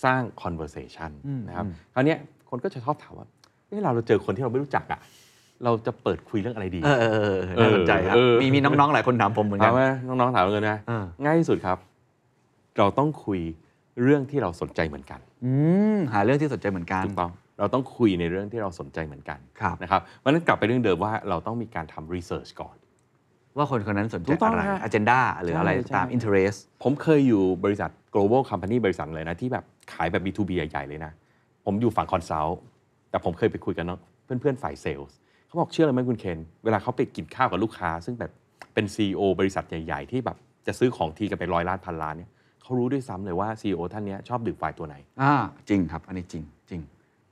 S1: สร้าง conversation
S2: อืม
S1: นะครับ
S2: อืม
S1: คราวเนี้ยคนก็จะชอบถามว่าเอ้เราเราเจอคนที่เราไม่รู้จักอ่ะ เราจะเปิดคุยเรื่องอะไรดี
S2: เออเออเออน่าสนใจครับ
S1: เออ
S2: มีมีน้อง ๆ หลายคนถามผมเหมือนกั
S1: ถาน มว่าน้องๆถามเงินนะ
S2: เออ
S1: ง่ายที่สุดครับ เราต้องคุยเรื่องที่เราสนใจเหมือนกัน
S2: อืมหาเรื่องที่สนใจเหมือนกัน
S1: ถูกต้องเราต้องคุยในเรื่องที่เราสนใจเหมือนกัน
S2: ครับ
S1: นะครับเพราะฉะนั้นกลับไปเรื่องเดิมว่าเราต้องมีการทำ research ก่อน
S2: ว่าคนคนนั้นสนใจ
S1: ถูกต้อง
S2: อะไร
S1: ฮะ
S2: agenda หรืออะไร
S1: ใช่ใช่
S2: ตาม interest
S1: ผมเคยอยู่บริษัท global company บริษัทเลยนะ ที่แบบขายแบบ B2B ใหญ่ ๆ เลยนะ ผมอยู่ฝั่งคอนซัลท์แต่ผมเคยไปคุยกับน้องเพื่อน ๆ ฝ่ายเซลส์เขาบอกเชื่อเลยไหมคุณเคน เวลาเขาไปกินข้าวกับลูกค้า ซึ่งแบบเป็น CEO บริษัทใหญ่ ๆ ที่แบบจะซื้อของทีกันไปร้อยล้านพันล้านเนี่ยเขารู้ด้วยซ้ำเลยว่า CEO ท่านเนี้ยชอบดื่มไวน์ตัวไหน
S2: อ่าจริงครับ อันนี้จริงจริง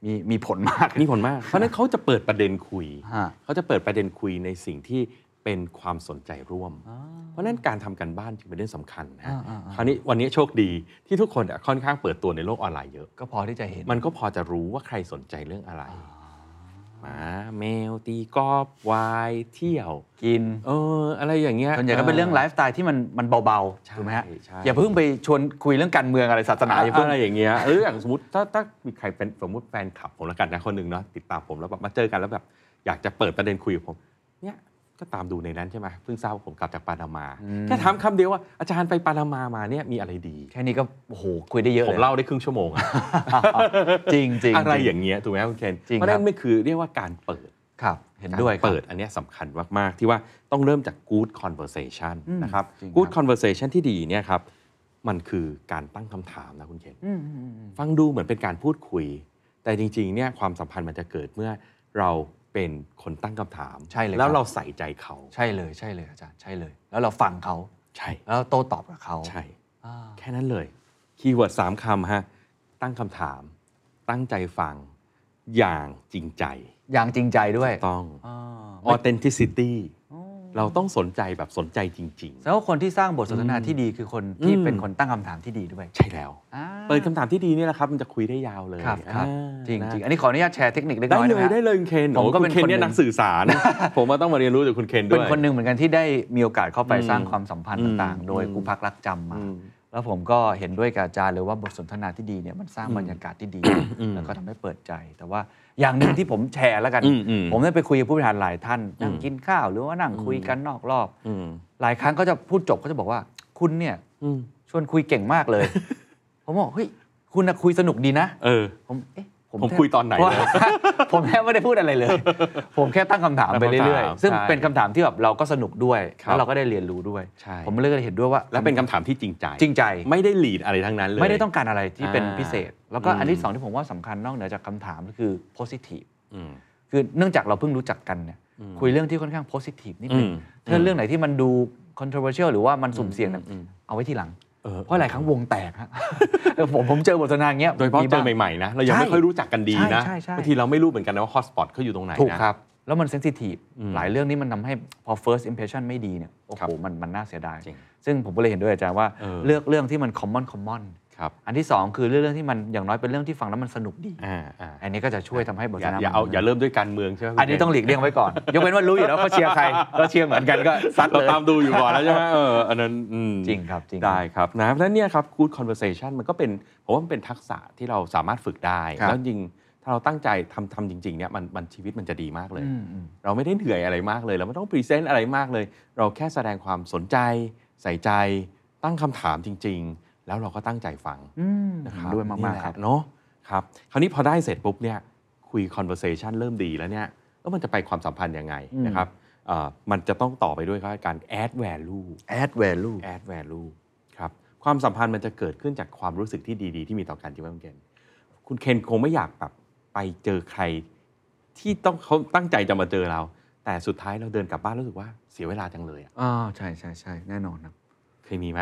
S2: มีมีผลมาก
S1: นี่ผลมาก เพราะฉะนั้นเขาจะเปิดประเด็นคุย
S2: ฮะ
S1: เขาจะเปิดประเด็นคุยในสิ่งที่เป็นความสนใจร่วม
S2: อ่า
S1: เพราะฉะนั้นการทำกันบ้านจึงเป็นเรื่องสำคัญนะฮะ
S2: อ่าอ่าอ่า
S1: คราวนี้วันนี้โชคดีที่ทุกคนอะค่อนข้างเปิดตัวในโลกออนไลน์เยอะ
S2: ก็พอที่จะเห็น
S1: มันก็พอจะรู้ว่าใครสนใจเรื่องอะไรหมาแมวตีกอล์ฟวายเที่ยว
S2: กิน
S1: เอออะไรอย่างเงี้ย
S2: ส่วนใหญ่ก็เป็นเรื่องไลฟ์สไตล์ที่มันมันเบา
S1: ใช่
S2: ๆถูกไหมฮะ
S1: ใช่
S2: อย่าเพิ่งไปชวนคุยเรื่องการเมืองอะไรศาสนาอย่าเพิ่ง
S1: อะไรอย่างเงี้ยเอออย่างสมมติถ้าถ้ามีใครเป็นสมมติแฟนคลับผมแล้วกันนะคนหนึ่งเนาะติดตามผมแล้วแบบมาเจอกันแล้วแบบอยากจะเปิดประเด็นคุยกับผมเนี่ยก็ตามดูในนั้นใช่ไหมเพิ่งทราบว่าผมกลับจากปานามา
S2: อืม
S1: แค่ถามคำเดียวว่าอาจารย์ไปปานามามาเนี่ยมีอะไรดี
S2: แค่นี้ก็โอ้โหคุยได้เยอะ
S1: ผ
S2: เล
S1: ม
S2: ย
S1: เล่าได้ครึ่งชั่วโมงอะ
S2: จริงจริง
S1: อะไร
S2: จง
S1: อย่างเงี้ยถูกไหมครับคุณเคน
S2: จริง
S1: เพราะ
S2: ครับ
S1: นั่นไม่คือเรียกว่าการเปิด
S2: ครับเห็นด้วย
S1: การร
S2: คับ
S1: เปิดอันเนี้ยสำคัญมาก ๆ ที่ว่าต้องเริ่มจาก good conversation
S2: อืม
S1: นะครับ
S2: จริงครับ
S1: good conversation ที่ดีเนี่ยครับมันคือการตั้งคำถามนะคุณเคน
S2: อืมอืมอืม
S1: ฟังดูเหมือนเป็นการพูดคุย แต่จริงๆเนี่ยความสัมพันธ์มันจะเกิดเมื่อเราเป็นคนตั้งคำถาม
S2: ใช่เลย
S1: แล้ว
S2: คบ
S1: เราใส่ใจเขา
S2: ใช่เลยใช่เลยอาจารย์ใช่เลย แล้วเราฟังเขา
S1: ใช่
S2: แล้วเราโต้ตอบกับเขา
S1: ใช่
S2: อ่า
S1: แค่นั้นเลย คีย์เวิร์ดสามคำฮะตั้งคำถาม ตั้งใจฟังอย่างจริงใจ
S2: อย่างจริงใจด้วย
S1: ต้อง
S2: อ่า
S1: authenticity เราต้องสนใจแบบสนใจจริง
S2: แสดงว่าคนที่สร้างบทสนทนา
S1: อืม
S2: ที่ดีคือคนที่
S1: อืม
S2: เป็นคนตั้งคำถามที่ดีด้วย
S1: ๆ ใช่แล้ว
S2: อ่า
S1: เปิดคำถามที่ดีเนี่ยแหละครับ มันจะคุยได้ยาวเลย
S2: ครับครับ
S1: อ่า
S2: จริง
S1: นะ
S2: จริงอันนี้ขออนุญาตแชร์เทคนิคเล็ก
S1: ได้
S2: น้อย
S1: เลย
S2: นะฮะ
S1: ได้เลยคุณเคน
S2: ผมก็
S1: โอ้
S2: เป็
S1: คุณ
S2: น
S1: เคนเนี่ย
S2: คนหนึ่ง
S1: นักสื่อสาร ผมมาต้องมาเรียนรู้จากคุณเคนด้วย
S2: เป็นคนหนึ่งเหมือนกันที่ได้มีโอกาสเข้าไป
S1: อืม
S2: สร้างความสัมพันธ์
S1: อืม
S2: ต่างๆ โดย
S1: อืม
S2: ครูพักรักจำมา
S1: อืม
S2: แล้วผมก็เห็นด้วยกับอาจารย์เลยว่าบทสนทนาที่ดีเนี่ยมันสร้าง
S1: อืม
S2: บรรยากาศที่ดี
S1: อืม
S2: แล้วก็ทำให้เปิดใจ แต่ว่าอย่างหนึ่งที่ผมแชร์แล้วกัน
S1: อืมอืม
S2: ผมได้ไปคุยกับผู้บริหารหลายท่านนั่ง
S1: อืม
S2: กินข้าวหรือว่านั่งคุย
S1: อืม
S2: กันนอกรอบ
S1: อืม
S2: หลายครั้งก็จะพูดจบก็จะบอกว่าคุณเนี่ย
S1: อืม
S2: ชวนคุยเก่งมากเลย ผมบอกเฮ้ยคุณน่ะคุยสนุกดีนะ
S1: เออ
S2: ผม เอ๊ะ ผ
S1: ผมคุยตอนไหน
S2: เพราะ
S1: เลย
S2: ผมแค่ไม่ได้พูดอะไร เลย ผมแค่ตั้งคำถาม
S1: ตั้งคำถาม
S2: ไปเรื่อยๆ ซึ่ง
S1: ใช่
S2: เป็นคำถามที่แบบเราก็สนุกด้วย
S1: ครับ
S2: แล้วเราก็ได้เรียนรู้ด้วย
S1: ใช่
S2: ผมเลยเห็นด้วยว่า
S1: และเป็นคำถามที่จริงใจ
S2: จริงใจ
S1: ไม่ได้หลีดอะไรทั้งนั้นเลย
S2: ไม่ได้ต้องการอะไรที่เป็น
S1: อ่า
S2: พิเศษ แล้วก็อัน
S1: อื
S2: ที่
S1: ม
S2: สองที่ผมว่าสำคัญนอกเหนือจากคำถามก็คือ positive
S1: อืม
S2: คือเนื่องจากเราเพิ่งรู้จักกันเนี่ย
S1: อืม
S2: คุยเรื่องที่ค่อนข้าง positive นิดนึง
S1: อืม
S2: ถ้าเรื่องไหนที่มันดู controversial หรือว่ามันสุ่มเสี่ยงเนี่ย
S1: อืม
S2: เอาไว้ทีหลัง
S1: ออ
S2: เพราะหลายครั้งวงแตกฮะ เออผมผมเจอบทสนทนาอย่างเงี้ย
S1: โดยเฉพาะ
S2: มี
S1: เจ
S2: บ้
S1: อง ใหม่ๆนะเรายัง
S2: ใช่
S1: ไม่ค่อยรู้จักกันดีนะ
S2: ใช่ใช่ใช่
S1: บางทีเราไม่รู้เหมือนกันนะว่าฮอตสปอตเขาอยู่ตรงไหนนะ
S2: ถูกครับ แล้วมันเซนซิทีฟ
S1: อืม
S2: หลายเรื่องนี้มันทำให้พอ first impression ไม่ดีเนี่ยโอ้
S1: ครั
S2: โห
S1: บ
S2: มันมันน่าเสียดาย
S1: จริง
S2: ซึ่งผมก็เลยเห็นด้วยอาจารย์ว่า
S1: เออ
S2: เลือกเรื่องที่มัน common common
S1: ครับ
S2: อันที่สองคือเรื่องเรื่องที่มันอย่างน้อยเป็นเรื่องที่ฟังแล้วมันสนุกดี
S1: อ่าอ่า
S2: อันนี้ก็จะช่วยทำให้บ
S1: อ
S2: ทส
S1: ย่าน
S2: ทนา
S1: อย่าเอา
S2: มัน
S1: อย่าเริ่มด้วยการเมืองใช่ไหม
S2: อันนี้ต้องหลีกเลี่ยงไว้ ก่อน ยกเว้นว่ารู้อยู่แล้วเขาเชียร์ใครเราเชียร์เหมือนกันก็ซัด
S1: เรา
S2: เลย
S1: ตามดูอยู่ก่อนแล้วใช่ไหมเอออันนั้นอืม
S2: จริงครับจริง
S1: ได้ครับนะเพราะฉะนั้นเนี่ยครับ good conversation มันก็เป็นผมว่ามันเป็นทักษะที่เราสามารถฝึกได้
S2: ครับ
S1: แล้วยิงถ้าเราตั้งใจทำทำจริงๆเนี่ยมันมันชีวิตมันจะดีมากเลย
S2: อืมอืม
S1: เราไม่ได้เหนื่อยอะไรมากเลย เราไม่ต้องพรีเซนต์อะไรมากเลย เราแค่แสดงความสนใจ ใส่ใจ ตั้งคำถามจริง ๆ แล้วเราก็ตั้งใจฟัง
S2: อืม
S1: นะครับ
S2: ด้วยมากๆครั
S1: นี่
S2: บ
S1: แหละเนาะครับคราวนี้พอได้เสร็จปุ๊บเนี่ยคุย conversation เริ่มดีแล้วเนี่ยแล้วมันจะไปความสัมพันธ์ยังไง
S2: อืม
S1: นะครับเอ่อมันจะต้องต่อไปด้วยการ add value
S2: add value
S1: add value ครับความสัมพันธ์มันจะเกิดขึ้นจากความรู้สึกที่ดี ๆ ที่มีต่อกันจริงไหมคุณเคนคุณเคนคงไม่อยากแบบไปเจอใคร ที่ต้องเขาตั้งใจจะมาเจอเรา แต่สุดท้ายเราเดินกลับบ้านรู้สึกว่าเสียเวลาจังเลยอะ
S2: อ่าใช่ใช่ใช่แน่นอนครับ
S1: เคยมีไหม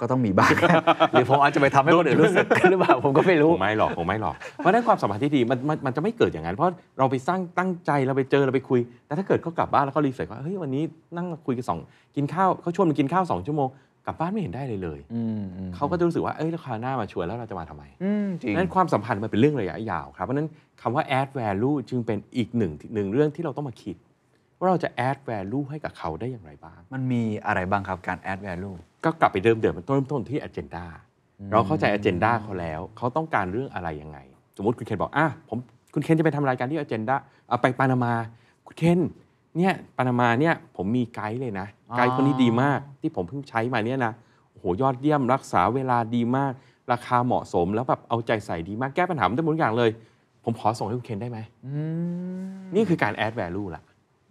S2: ก็ต้องมีบ้าง หรือผมอาจจะไปทำให้คนอื่นรู้สึกหรือเปล่าผมก็ไม่
S1: ค
S2: รู้
S1: งไม่หรอกคงไม่หรอกเพราะฉะนั้นความสัมพันธ์ที่ดีมันมันมันจะไม่เกิดอย่างนั้น เพราะเราไปสร้างตั้งใจเราไปเจอเราไปคุย แต่ถ้าเกิดเขากลับบ้านแล้วเขารีเฟกว่าเฮ้ยวันนี้นั่งคุยกันสองกินข้าวเขาชวนมากินข้าวสองชั่วโมงกลับบ้านไม่เห็นได้เลยเลย
S2: อืมอืม
S1: เขาก็จะรู้สึกว่าเอ้ยแล้วคราวหน้ามาชวนแล้วเราจะมาทำไม
S2: อืมจริง
S1: นั้นความสัมพันธ์มันเป็นเรื่องระยะยาวครับ เพราะฉะนั้นคำว่า add value จึงเป็นอีกหนึ่งหนึ่งเรื่องที่เราต้องมาคิด ว่าเราจะ add value ให้กับเขาได้อย่างไรบ้าง
S2: มันมีอะไรบ้างครับการ add value
S1: ก็กลับไปเดิมเดิมมันต้นเริ่มต้นที่ agenda
S2: อืม
S1: เราเข้าใจ agenda เขาแล้ว เขาต้องการเรื่องอะไรยังไง สมมติคุณเคนบอกอ่ะผมคุณเคนจะไปทำรายการที่ agenda เอาไปปานามาคุณเคนเนี่ยปานามาเนี่ยผมมีไกด์เลยนะ ไกด์คนนี้ดีมากที่ผมเพิ่งใช้มาเนี่ยนะโอ้โหยอดเยี่ยมรักษาเวลาดีมาก ราคาเหมาะสมแล้วแบบเอาใจใส่ดีมากแก้ปัญหาได้หมดทุกอย่างเลย ผมขอส่งให้คุณเคนได้ไหม
S2: อืม
S1: นี่คือการ add value ละ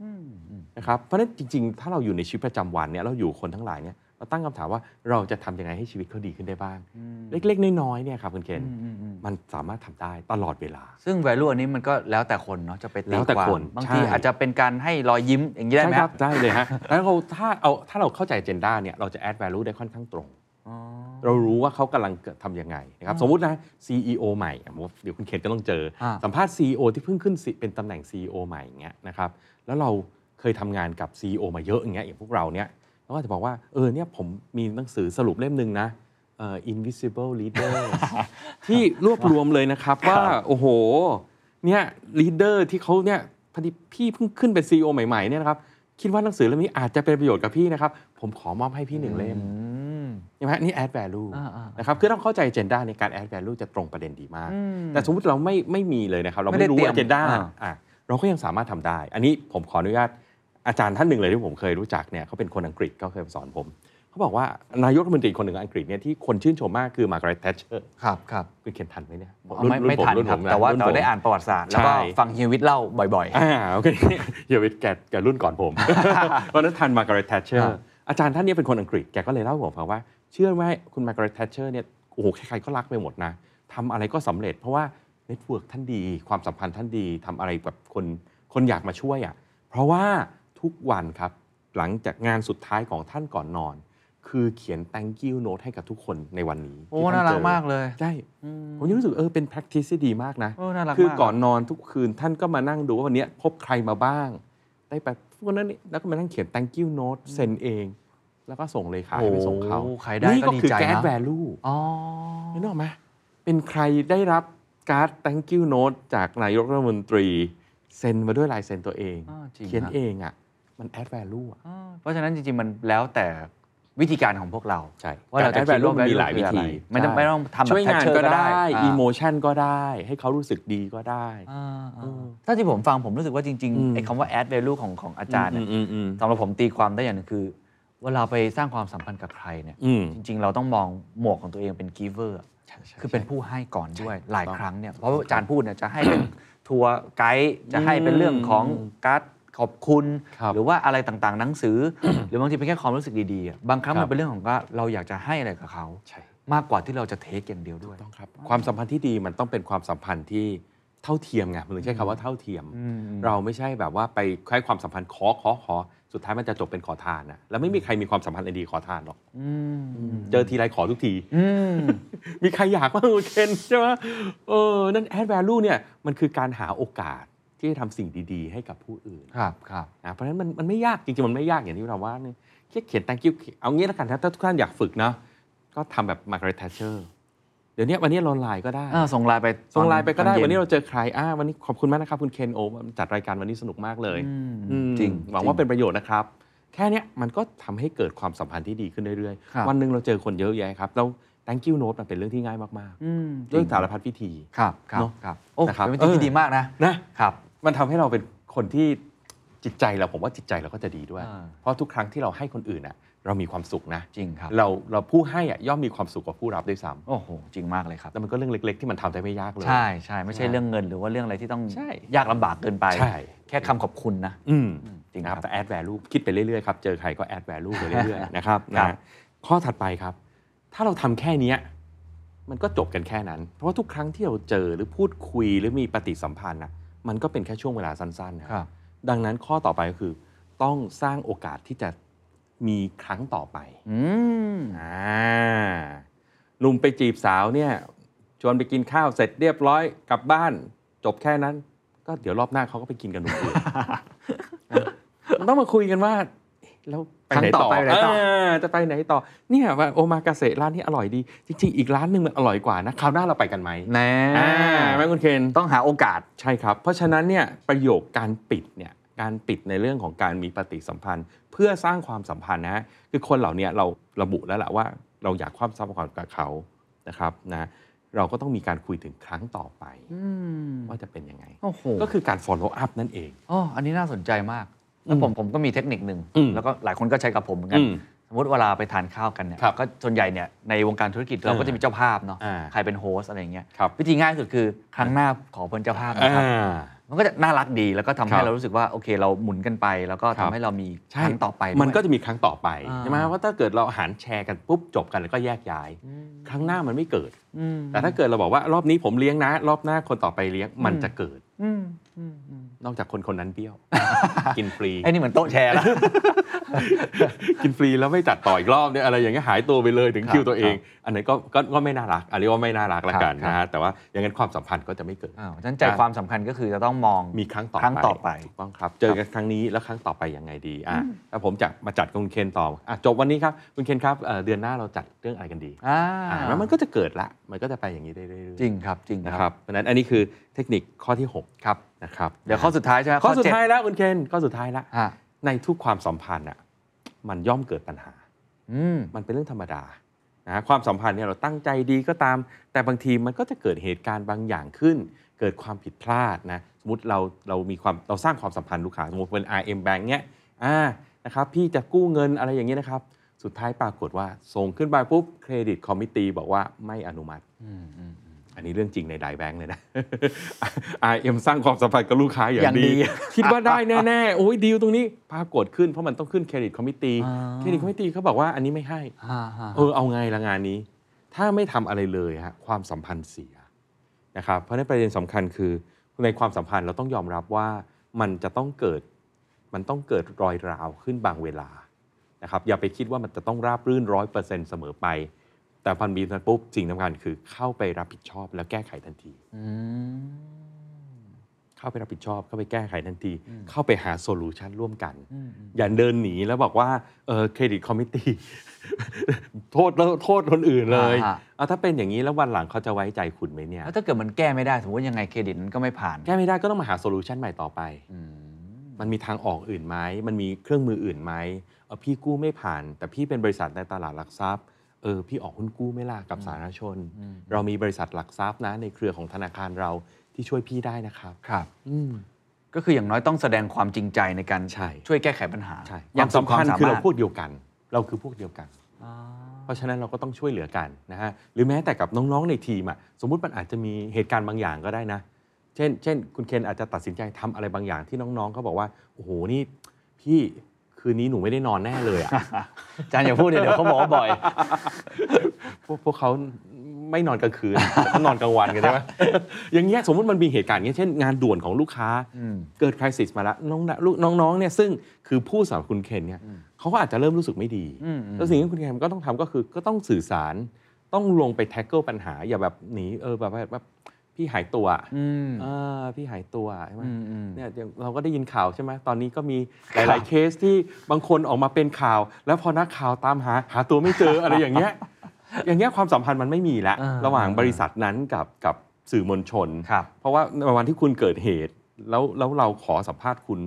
S2: อืมอืม
S1: นะครับเพราะฉะนั้นจริงๆ ถ้าเราอยู่ในชีวิตประจำวันเนี่ยเราอยู่คนทั้งหลายเนี่ยเราตั้งคำถามว่าเราจะทำยังไงให้ชีวิตเขาดีขึ้นได้บ้าง
S2: อืม
S1: เล็กๆ น้อยๆเนี่ยครับคุณเคน
S2: อืมอืมอืม
S1: มันสามารถทำได้ตลอดเวลา
S2: ซึ่ง value อันนี้มันก็แล้วแต่คนเนาะจะไปตี
S1: แล้วแต่
S2: วาม
S1: คน
S2: บาง
S1: ใช่
S2: ทีอาจจะเป็นการให้รอยยิ้มอย่างนี้ได้ไหม
S1: ครับได้เลยฮะ แล้วเราถ้าเอาถ้าเราเข้าใจ agenda เนี่ยเราจะ add value ได้ค่อนข้างตรง
S2: อ๋อ
S1: เรารู้ว่าเขากำลังทำยังไงนะครับ
S2: อ่า
S1: สมมตินะ CEO ใหม่อ่ะผมว่าเดี๋ยวคุณเคนก็ต้องเจอ
S2: อ่า
S1: สัมภาษณ์ CEO ที่เพิ่งขึ้นสิเป็นตำแหน่ง CEO ใหม่อย่างเงี้ยนะครับแล้วเราเคยทำงานกับ CEO มาเยอะอย่างเงี้ยอย่างพวกเราเนี่ยเราก็จะบอกว่าเออเนี่ยผมมีหนังสือสรุปเล่มหนึ่งนะเอ่อ invisible leader ที่รวบรวมเลยนะครับว่า โอ้โหเนี่ย leader ที่เขาเนี่ยพอดีพี่เพิ่งขึ้นเป็น CEO ใหม่ๆเนี่ยนะครับคิดว่าหนังสือเล่มนี้อาจจะเป็นประโยชน์กับพี่นะครับผมขอมอบให้พี่หนึ่งเล่ม
S2: อืม
S1: ใช่ไหมนี่ add value
S2: อ่าๆ
S1: นะครับคือต้องเข้าใจ agenda ในการ add value จะตรงประเด็นดีมาก
S2: อืม
S1: แต่สมมติเราไม่ไม่มีเลยนะครับ เรา
S2: ไม่ได้
S1: ไม่รู้
S2: เตรียม
S1: agenda
S2: อ่า
S1: อ่ะเราก็ยังสามารถทำได้ อันนี้ผมขออนุญาตอาจารย์ท่านหนึ่งเลยที่ผมเคยรู้จักเนี่ยเขาเป็นคนอังกฤษเขาเคยสอนผม เขาบอกว่านายกรัฐมนตรีคนหนึ่งของอังกฤษเนี่ยที่คนชื่นชมมากคือมาร์ก r e t ต a ทเชอร์
S2: ครับครับ
S1: คุณเคนทันไหมเนี่ย
S2: เอาไม่ไม่
S1: ผ
S2: ทัน
S1: รุ่ผ
S2: ครับ
S1: มะ
S2: แต่ว่า
S1: รุ่
S2: แต่
S1: ผม
S2: ว่าได้อ่านประวัติศาสตร์แล้วก็
S1: ใช่
S2: ฟังเฮียวิทย์เล่าบ่อย
S1: อ่าโอเคเฮียวิทแกแกรุ่นก่อน ผม เพราะฉะนั้นทันมาร์ก r e t ต a ทเชอ
S2: ครั
S1: ร์
S2: บ
S1: อาจารย์ท่านเนี้เป็นคนอังกฤษแกก็เลยเล่าให้ผมฟังว่า เชื่อไหมคุณมาร์ก r e t ต a ทเชอร์เนี่ยโอ้โหใครๆก็รักไปหมดนะทำอะไรก็สำเร็จ เพราะว่าเน็ตเวิร์กท่านดีความสัมพันธ์ท่านดีทำอะไรแบบคนคนอยากมาช่วยอ่ะเพราะว่าทุกวันครับหลังจากงานสุดท้ายของท่านก่อนนอน คือเขียน thank you note ให้กับทุกคนในวันนี้
S2: ๆ โอ้
S1: ที่ท่
S2: น่ารั
S1: เจ
S2: กมากเลย
S1: ใช่
S2: อืม
S1: ผมยังรู้สึกเออเป็น practice ที่ดีมากนะ
S2: โอ้น่ารัก
S1: คือ
S2: มา
S1: ก่อนนอนทุกคืนท่านก็มานั่งดูว่าวันเนี้ยพบใครมาบ้าง ได้ไปพวกนั้นนี่แล้วก็มานั่งเขียน thank you note เซ็นเอง แล้วก็ส่งเลขา
S2: โอ้
S1: ให้ไปส่งเขา
S2: ใครได้
S1: นี่
S2: ก็
S1: ก็
S2: ดี
S1: คือ
S2: ใจ
S1: แก๊ส
S2: นะ
S1: แวลู
S2: อ๋อ
S1: นึกออกไหมเป็นใครได้รับการ์ด thank you note จากนายกรัฐมนตรี เซ็นมาด้วยลายเซ็นตัวเอง
S2: อ้าวจริง
S1: เขียน
S2: ฮะ
S1: เองอ่ะ มัน add value อะ
S2: อ่าเพราะฉะนั้นจริง ๆ มันแล้วแต่วิธีการของพวกเรา
S1: ใช่
S2: ว่าเราจะ
S1: แว
S2: คิด
S1: ลู
S2: ว่า
S1: มันมี
S2: แวลู
S1: หลายวิธี
S2: คืออะไรไม่ต้อง
S1: ใช่
S2: ไม่ต้องทำแบบ
S1: ช่วยงาน
S2: Thatcher
S1: ก็
S2: ก็ได้
S1: ได้
S2: อ่า
S1: อีโมชันก็ได้ ให้เขารู้สึกดีก็ได้
S2: อ่า
S1: เออ
S2: ถ้าที่ผมฟังผมรู้สึกว่าจริง
S1: อืม
S2: ๆไอ้คำว่า add value ของของอาจารย์เนี่ย
S1: อืมอืมอืม
S2: สำหรับผมตีความได้อย่างหนึงคือ เวลาไปสร้างความสัมพันธ์กับใครเนี่ย
S1: อืม
S2: จริง ๆ เราต้องมองหมวกของตัวเองเป็นกีเวอร์ คือเป็นผู้ให้ก่อนด้วยหลายครั้งเนี่ยเพราะว่าอาจารย์พูดเนี่ยจะให้เป็นทัวร์ไกด์จะให้เป็นเรื่องของการ์ดขอบคุณ
S1: ครับ
S2: หรือว่าอะไรต่างๆ หนังสือ หรือบางทีเป็นแค่ความรู้สึกดีๆอะบางครั้ง
S1: ครับ
S2: มันเป็นเรื่องของว่าเราอยากจะให้อะไรกับเขา
S1: ใช่
S2: มากกว่าที่เราจะเทคอย่างเดียวด้วย
S1: ต้องครับความสัมพันธ์ที่ดีมันต้องเป็นความสัมพันธ์ที่เท่าเทียมไงผมถึงใช้คำว่าเท่าเทียม
S2: อืมอืม
S1: เราไม่ใช่แบบว่าไปใช้ความสัมพันธ์ขอขอขอสุดท้ายมันจะจบเป็นขอทานนะแล้วไม่มีใครมีความสัมพันธ์อันดีขอทานหรอก
S2: อืม
S1: เจอทีไรขอทุกที
S2: อืม
S1: มีใครอยากบ้างคุณเคนใช่ไหมเออนั่นแอดแวลูเนี่ยมันคือการหาโอกาสที่จะทำสิ่งดีๆ ให้กับผู้อื่น
S2: ครับครับ
S1: นะเพราะฉะนั้นมันมันไม่ยากจริงๆ มันไม่ยากอย่างที่เราว่าเนี่ยแค่เขียน thank you เอางี้แล้วกันนะถ้าทุกท่านอยากฝึกนะก็ทำแบบ Margaret Thatcher เดี๋ยวนี้วันนี้เราไลน์ก็ได้
S2: อ่าส่งไลน์ไป
S1: ส่งไลน์ไปก็ได้
S2: ตอย็
S1: วันนี้เราเจอใครอ่าวันนี้ขอบคุณมากนะครับ คุณเคนโอจัดรายการวันนี้สนุกมากเลย
S2: อืม
S1: อืม
S2: จริง
S1: หวังว่า
S2: จริ
S1: เป็นประโยชน์นะครับ แค่เนี้ยมันก็ทำให้เกิดความสัมพันธ์ที่ดีขึ้นเรื่อย
S2: ครับ
S1: ๆ วันหนึ่งเราเจอคนเยอะแยะครับแล้ว thank you note มันเป็นเรื่องที่ง่ายมาก
S2: อืม
S1: ๆด้วยสารพัดวิธี
S2: ครับครับ
S1: เนอะ
S2: ครับโอ้
S1: นะครับ
S2: เป็น
S1: เออ
S2: วิธีที่ดีมากนะ
S1: นะครับ มันทำให้เราเป็นคนที่จิตใจเราผมว่าจิตใจเราก็จะดีด้วย
S2: อ่า
S1: เพราะทุกครั้งที่เราให้คนอื่นน่ะเรามีความสุขนะ
S2: จริงครับ
S1: เราเราผู้ให้อ่ะย่อมมีความสุขกว่าผู้รับด้วยซ้
S2: โอ้โหจริงมากเลยครับ
S1: ำแล้วมันก็เรื่องเล็ก ๆ ที่มันทำได้ไม่ยากเลย
S2: ใช่ใช่ไม่ใช่
S1: ใช่
S2: เรื่องเงินหรือว่าเรื่องอะไรที่ต้อง
S1: ใช่
S2: ยากลำบากเกินไป
S1: ใช่
S2: แค่คำขอบคุณนะ
S1: อืม
S2: จริง
S1: นะ
S2: ค
S1: ค
S2: รั
S1: รับ บแต่ add value คิดไปเรื่อย ๆ ครับ เจอใครก็ add value ไปเรื่อย ๆ นะครับ
S2: ครั
S1: นะ
S2: บ
S1: ข้อถัดไปครับ ถ้าเราทำแค่เนี้ยมันก็จบกันแค่นั้น เพราะว่าทุกครั้งที่เราเจอหรือพูดคุยหรือมีปฏิสัมพันธ์นะมันก็เป็นแค่ช่วงเวลาสั้นๆนะครับ ดังนั้นข้อต่อไปก็คือ ต้องสร้างโอกาสที่จะมีครั้งต่อไป
S2: อืม
S1: อ่าหนุ่มไปจีบสาวเนี่ยชวนไปกินข้าวเสร็จเรียบร้อยกลับบ้าน จบแค่นั้น ก็เดี๋ยวรอบหน้าเขาก็ไปกิน กันหนุ่มอื่น มันต้องมาคุยกันว่าเอ๊ะแล้วไปไหนต่อ
S2: ครั้งต่อไปไปไหนต่อ
S1: าจะไปไหนต่อ เนี่ยว่าโอมากาเสะร้านนี้อร่อยดี จริง ๆ อีกร้านหนึ่งมันอร่อยกว่านะคราวหน้าเราไปกันไหม
S2: แน่
S1: อ่าไหมคุณเคน
S2: ต้องหาโอกาส
S1: ใช่ครับ เพราะฉะนั้นเนี่ยประโยคการปิดเนี่ยการปิดในเรื่องของการมีปฏิสัมพันธ์ เพื่อสร้างความสัมพันธ์นะคือคนเหล่าเนี้เราระบุแล้วล่ะว่า เราอยากความสัมพันธ์กับเขานะครับนะเราก็ต้องมีการคุยถึงครั้งต่อไป
S2: อืม
S1: ว่าจะเป็นยังไง
S2: โอ้โห
S1: ก็คือการ follow up นั่นเอง
S2: อ๋ออันนี้น่าสนใจมาก แล้วผมผมก็มีเทคนิคหนึ่ง
S1: อืม
S2: แล้วก็หลายคนก็ใช้กับผมเหมือนกั
S1: อื
S2: น
S1: ม
S2: สมมติเวลาไปทานข้าวกันเนี่ย
S1: ครับ
S2: ก็ส่วนใหญ่เนี่ยในวงการธุรกิจเราก็จะมีเจ้าภาพเนาะ
S1: อ่า
S2: ใครเป็นโฮสต์อะไรอย่างเงี้ย
S1: ครับ
S2: วิธีง่ายสุดคือครั้งหน้าขอเป็นเจ้าภาพนะครับ
S1: อ่า
S2: มันก็จะน่ารักดีแล้วก็
S1: ครั
S2: ทำให้
S1: บ
S2: เรารู้สึกว่าโอเคเราหมุนกันไป แล้วก็
S1: ครั
S2: ทำ
S1: บ
S2: ให้เรามีค
S1: ใช่
S2: รั้งต่อไปด้วย
S1: มันก็จะมีครั้งต่อไป
S2: อ่า
S1: ใช่ไหมว่าถ้าเกิดเราอาหารแชร์กันปุ๊บจบกันแล้วก็แยกย้าย
S2: อืม
S1: ครั้งหน้ามันไม่เกิด
S2: อืม
S1: แต่ถ้าเกิดเราบอกว่ารอบนี้ผมเลี้ยงนะ รอบหน้าคนต่อไปเลี้ยงมัน
S2: อืม
S1: จะเกิด
S2: อืมอืมอืม
S1: นอกจากคนคนนั้น เบี้ยว กินฟรี
S2: ไอ้นี่เหมือนโต๊ะแชร์แล้ว
S1: กินฟรีแล้วไม่จัดต่ออีกรอบเนี่ยอะไรอย่างเงี้ยหายตัวไปเลยถึง
S2: ครับ
S1: คิวตัวเอง อันนั้นก็ก็ก็ไม่น่ารักอันนี้ว่าไม่น่ารักละกัน
S2: ครับ
S1: นะฮะแต่ว่าอย่างนั้นความสัมพันธ์ก็จะไม่เกิด
S2: อ้าวฉะนั้นใจความสำคัญก็คือจะต้องมอง
S1: มีครั้งต่อ
S2: ครั้งต่อไป
S1: ถูกต้องครับ เจอกันครั้งนี้แล้วครั้งต่อไปยังไงดีอ่ะแล้วผมจะมาจัดกับคุณเคนต่ออ่ะจบวันนี้ครับคุณเคนครับเอ่อเดือนหน้าเราจัดเรื่องอะไรกันดี
S2: อ่า
S1: อ่าแล้วมันก็จะเกิดละ มันก็จะไปอย่างนี้เรื่อยๆ
S2: จริงครับจริง
S1: นะครับ เพราะฉะนั้นอันนี้คือเทคนิคข้อที่
S2: ครับ
S1: 6 นะครับ
S2: เดี๋ยวข้อสุดท้ายใช่ไหม
S1: ข้อสุด
S2: เจ็
S1: ท้ายแล้วคุณเคนข้อสุดท้ายละ
S2: ฮะ
S1: ในทุกความสัมพันธ์อ่ะมันย่อมเกิดปัญหา
S2: อืม
S1: มันเป็นเรื่องธรรมดานะฮะความสัมพันธ์เนี่ยเราตั้งใจดีก็ตาม แต่บางทีมันก็จะเกิดเหตุการณ์บางอย่างขึ้น เกิดความผิดพลาดนะสมมติเราเรามีความเราสร้างความสัมพันธ์ลูกค้าสมมติเป็น RM Bank เนี้ยอ่านะครับพี่จะกู้เงินอะไรอย่างเงี้ยนะครับ สุดท้ายปรากฏว่าส่งขึ้นไปปุ๊บเครดิตคอมมิตีบอกว่าไม่อนุมัติ อันนี้เรื่องจริงในไดแบงค์เลยนะ RM สร้างความสัมพันธ์กับลูกค้าอย่า
S2: อย่าง งดี
S1: ดี คิดว่าได้แน่ๆ โอ้ยดีลตรงนี้ปรากฏขึ้นเพราะมันต้องขึ้นเครดิตคอมมิตี
S2: อ่า
S1: เครดิตคอมมิตีเขาบอกว่าอันนี้ไม่ให้
S2: ฮ่าฮ่า
S1: เออเอาไงละงานนี้ ถ้าไม่ทำอะไรเลยฮะความสัมพันธ์เสียนะครับเพราะในนประเด็นสำคัญคือในความสัมพันธ์เราต้องยอมรับว่ามันจะต้องเกิดมันต้องเกิดรอยร้าวขึ้นบางเวลานะครับอย่าไปคิดว่ามันจะต้องราบรื่นร้อยเปอร์เซ็นต์เสมอไป แต่พันบีนั้นปุ๊บสิ่งสำคัญคือเข้าไปรับผิดชอบแล้วแก้ไขทันที
S2: อืม
S1: เข้าไปรับผิดชอบ เข้าไปแก้ไขทันที
S2: อืม
S1: เข้าไปหาโซลูชันร่วมกัน
S2: อืม
S1: อย่าเดินหนีแล้วบอกว่าเออเครดิตคอมมิตี้ โทษแล้วโทษคนอื่นเลย
S2: อ่าฮะ
S1: เอาถ้าเป็นอย่างนี้แล้ววันหลังเขาจะไว้ใจคุณไหมเนี่ย
S2: แล้วถ้าเกิดมันแก้ไม่ได้สมมติว่ายังไงเครดิตมันก็ไม่ผ่าน
S1: แก้ไม่ได้ก็ต้องมาหาโซลูชันใหม่ต่อไป
S2: อืม
S1: มันมีทางออกอื่นไหมมันมีเครื่องมืออื่นไหมเออพี่กู้ไม่ผ่าน แต่พี่เป็นบริษัทในตลาดหลักทรัพย์เออพี่ออกหุ้นกู้ไหม่ล่ะกับสาธารณชน
S2: อืม
S1: เรามีบริษัทหลักทรัพย์นะในเครือของธนาคารเราที่ช่วยพี่ได้นะครับ
S2: ครับ
S1: อืม
S2: ก็คืออย่างน้อยต้องแสดงความจริงใจในการ
S1: ใช่
S2: ช่วยแก้ไขปัญหา
S1: ใช่
S2: อย่าง
S1: ความสัมพันธ์
S2: สุดวา
S1: คือเรา
S2: มสามารถ
S1: พวกเดียวกัน เราคือพวกเดียวกัน
S2: อ๋อ
S1: เพราะฉะนั้นเราก็ต้องช่วยเหลือกันนะฮะหรือแม้แต่กับน้องๆในทีมอะสมมุติมันอาจจะมีเหตุการณ์บางอย่างก็ได้นะ เช่น เช่น คุณเคนอาจจะตัดสินใจทำอะไรบางอย่างที่น้องๆเขาบอกว่าโอ้โหนี่พี่คืนนี้หนูไม่ได้นอนแน่เลยอะ
S2: อาจารย์อย่าพูดเลยเดี๋ยวเขาบอกว่าบ่อย
S1: พวกพวกเขาไม่นอนกลางคืน แต่ก็นอนกลางวันกันใช่ไหม อย่างเงี้ยสมมติมันมีเหตุการณ์อย่างเงี้ยเช่นงานด่วนของลูกค้า
S2: อืม
S1: เกิดคริสิสมาแล้วน้องๆลูกน้องๆเนี่ยซึ่งคือผู้สนับสนุนเคนเนี่ยเขาก็อาจจะเริ่มรู้สึกไม่ดี
S2: อืมอืม
S1: แล้วสิ่งที่คุณเคนก็ต้องทำก็คือก็ต้องสื่อสารต้องลงไปแท็กเกิลปัญหา อย่าแบบหนีเออแบบว่าแบบพี่หายตัวอะ
S2: อืม
S1: เออพี่หายตัวใช่ไหม
S2: อืมอืม
S1: เนี่ยอย่างเราก็ได้ยินข่าวใช่ไหมตอนนี้ก็มีห
S2: ครั
S1: ลา
S2: บ
S1: ย ๆ เคสที่บางคนออกมาเป็นข่าว แล้วพอนักข่าวตามหาหาตัวไม่เจอ อะไรอย่างเงี้ย อย่างเงี้ยความสัมพันธ์มันไม่มีละ
S2: อ่า
S1: ระหว่างบริษัทนั้นกับกับสื่อมวลชน
S2: ครับ
S1: เพราะว่าในวันที่คุณเกิดเหตุ แล้วแล้วเราขอสัมภาษณ์คุณ